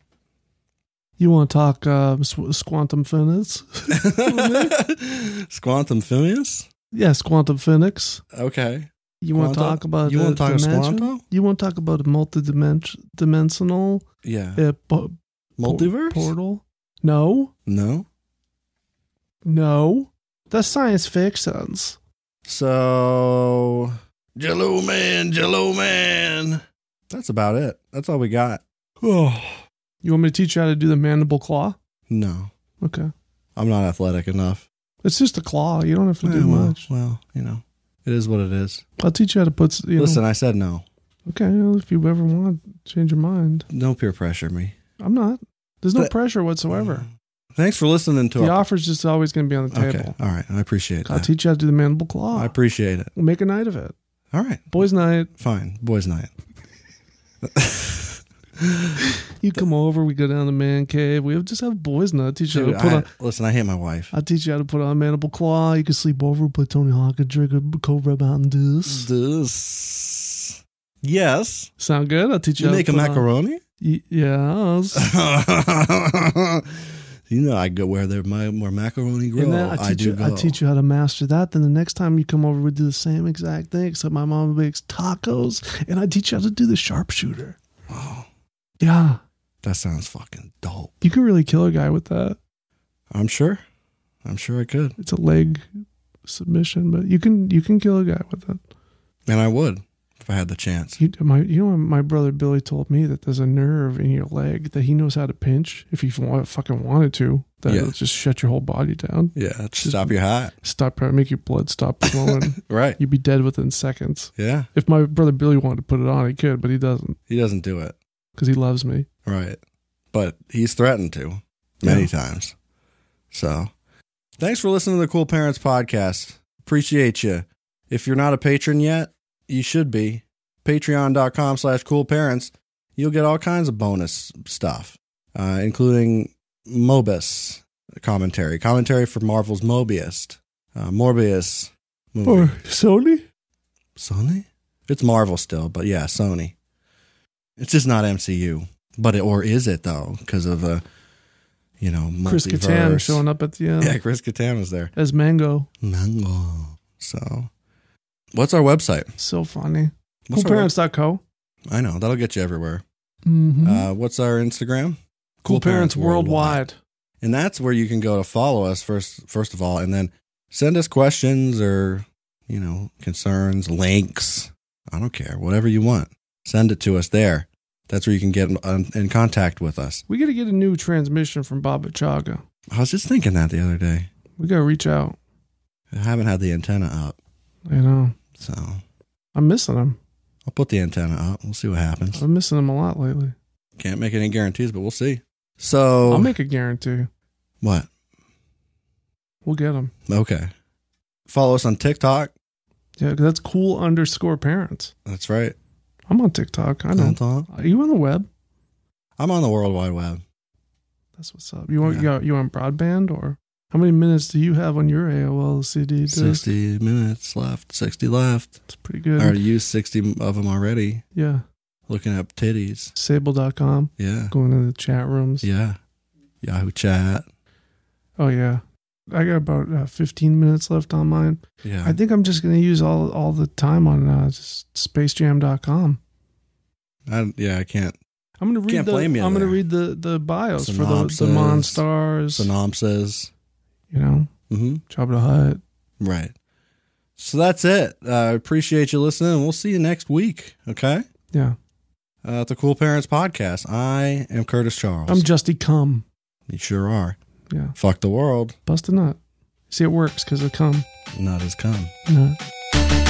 Speaker 2: You want to talk uh, sw- quantum [LAUGHS] physics?
Speaker 1: Squantum Phineas.
Speaker 2: yes, quantum physics.
Speaker 1: Okay.
Speaker 2: You want to
Speaker 1: Quantum?
Speaker 2: talk about
Speaker 1: You
Speaker 2: uh,
Speaker 1: wanna talk about
Speaker 2: dimension?
Speaker 1: quantum?
Speaker 2: You want to talk about multi-dimensional
Speaker 1: Yeah.
Speaker 2: uh, po-
Speaker 1: Multiverse.
Speaker 2: portal? No,
Speaker 1: no.
Speaker 2: no, that's science fiction.
Speaker 1: So Jello Man, Jello Man. That's about it. That's all we got. Oh
Speaker 2: You want me to teach you how to do the mandible claw?
Speaker 1: no,
Speaker 2: Okay,
Speaker 1: I'm not athletic enough.
Speaker 2: it's just a claw. You don't have to
Speaker 1: Eh,
Speaker 2: do
Speaker 1: well,
Speaker 2: much.
Speaker 1: well, you know, it is what it is.
Speaker 2: I'll teach you how to put. s- You know-
Speaker 1: Listen, I said no.
Speaker 2: okay, well, if you ever want to change your mind,
Speaker 1: No peer pressure me.
Speaker 2: I'm not. There's no
Speaker 1: But-
Speaker 2: pressure whatsoever.
Speaker 1: Thanks for listening to
Speaker 2: The
Speaker 1: our.
Speaker 2: offer's just always going to be on the
Speaker 1: okay,
Speaker 2: table.
Speaker 1: all right. I appreciate
Speaker 2: I'll
Speaker 1: that.
Speaker 2: teach you how to do the mandible claw.
Speaker 1: I appreciate it.
Speaker 2: we'll make a night of it.
Speaker 1: All right,
Speaker 2: Boys' night.
Speaker 1: fine. Boys' night.
Speaker 2: You come over. We go down to man cave. We have, just have boys' night. Teach you
Speaker 1: Dude,
Speaker 2: how to put
Speaker 1: I-
Speaker 2: on.
Speaker 1: listen, I hate my wife.
Speaker 2: I'll teach you how to put on mandible claw. You can sleep over, play Tony Hawk, and drink a Cobra Mountain Deuce.
Speaker 1: This. uh, Yes.
Speaker 2: Sound good? I'll teach you.
Speaker 1: You
Speaker 2: how to
Speaker 1: make a
Speaker 2: put on-
Speaker 1: macaroni?
Speaker 2: Y- yes.
Speaker 1: [LAUGHS] you know, I go where there my where macaroni grow.
Speaker 2: And then I teach,
Speaker 1: I do
Speaker 2: you,
Speaker 1: go.
Speaker 2: I teach you how to master that. Then the next time you come over, we do the same exact thing, except my mom makes tacos, and I teach you how to do the sharpshooter.
Speaker 1: Oh,
Speaker 2: Yeah,
Speaker 1: that sounds fucking dope.
Speaker 2: you could really kill a guy with that.
Speaker 1: I'm sure. I'm sure I could,
Speaker 2: It's a leg submission, but you can you can kill a guy with it.
Speaker 1: and I would if I had the chance.
Speaker 2: You, my, you know, my brother Billy told me that there's a nerve in your leg that he knows how to pinch if you wa- fucking wanted to. That
Speaker 1: Yeah.
Speaker 2: will just shut your whole body down,
Speaker 1: Yeah, stop your heart.
Speaker 2: stop, make your blood
Speaker 1: [LAUGHS]
Speaker 2: stop flowing.
Speaker 1: Right.
Speaker 2: You'd be dead within seconds.
Speaker 1: Yeah,
Speaker 2: If my brother Billy wanted to put it on, he could, but he doesn't.
Speaker 1: he doesn't do it.
Speaker 2: because he loves me.
Speaker 1: Right. But he's threatened to many
Speaker 2: Yeah.
Speaker 1: times. So, thanks for listening to the Cool Parents podcast. Appreciate you. If you're not a patron yet, you should be. Patreon.com slash cool parents. You'll get all kinds of bonus stuff, uh, including Mobus commentary, commentary for Marvel's Mobius, uh, Morbius movie.
Speaker 2: Or Oh, Sony?
Speaker 1: Sony? It's Marvel still, but yeah, Sony. It's just not MCU, but it, or is it though? Because of the, you know, multiverse.
Speaker 2: Chris Kattan showing up at the end
Speaker 1: Yeah, Chris Kattan was there.
Speaker 2: as Mango.
Speaker 1: Mango. So, what's our website?
Speaker 2: So funny.
Speaker 1: What's our web-
Speaker 2: Coolparents.co.
Speaker 1: I know that'll get you everywhere.
Speaker 2: Mm-hmm.
Speaker 1: Uh, what's our Instagram?
Speaker 2: cool Parents Worldwide.
Speaker 1: and that's where you can go to follow us first. First of all, and then send us questions or you know concerns, links. I don't care, whatever you want. Send it to us there. That's where you can get in, um, in contact with us.
Speaker 2: We got to get a new transmission from Baba Chaga.
Speaker 1: I was just thinking that the other day.
Speaker 2: We got to reach out.
Speaker 1: I haven't had the antenna up,
Speaker 2: You know,
Speaker 1: so I'll
Speaker 2: I'm missing him.
Speaker 1: put the antenna up. We'll see what happens.
Speaker 2: I'm missing him a lot lately.
Speaker 1: Can't make any guarantees, but we'll see. So Oh.
Speaker 2: I'll make a guarantee.
Speaker 1: what?
Speaker 2: We'll get him.
Speaker 1: Okay. Follow us on TikTok.
Speaker 2: Yeah, 'cause that's cool underscore parents.
Speaker 1: That's right.
Speaker 2: I'm on TikTok. I know.
Speaker 1: TikTok.
Speaker 2: Are you on the web?
Speaker 1: I'm on the World Wide Web.
Speaker 2: That's what's up. You want
Speaker 1: Yeah.
Speaker 2: you, got- you on broadband or how many minutes do you have on your AOL CD disk?
Speaker 1: 60 minutes left, 60 left.
Speaker 2: It's pretty
Speaker 1: I
Speaker 2: good.
Speaker 1: already used 60 of them already.
Speaker 2: Yeah.
Speaker 1: Looking up titties.
Speaker 2: Sable.com.
Speaker 1: Yeah.
Speaker 2: Going into the chat rooms.
Speaker 1: Yeah. Yahoo chat.
Speaker 2: Oh yeah. I got about uh, 15 minutes left on mine.
Speaker 1: Yeah.
Speaker 2: I think I'm just going to use all all the time on uh, just spacejam.com.
Speaker 1: I, yeah, I can't.
Speaker 2: I'm going to read
Speaker 1: Can't
Speaker 2: the
Speaker 1: blame you
Speaker 2: I'm going to
Speaker 1: there.
Speaker 2: read the the bios for the the
Speaker 1: Synopsis.
Speaker 2: Monstars,
Speaker 1: Synopsis.
Speaker 2: you know,
Speaker 1: Mm-hmm.
Speaker 2: Jabba the Hutt.
Speaker 1: Right. So that's it. I appreciate you listening. We'll see you next week. Okay.
Speaker 2: Yeah.
Speaker 1: Uh, at the Cool Parents Podcast. I am Curtis Charles.
Speaker 2: I'm Justy Cum.
Speaker 1: you sure are.
Speaker 2: Yeah.
Speaker 1: Fuck the world.
Speaker 2: Bust a nut. See it works cuz of cum.
Speaker 1: Not as come.
Speaker 2: Nut.
Speaker 7: Thank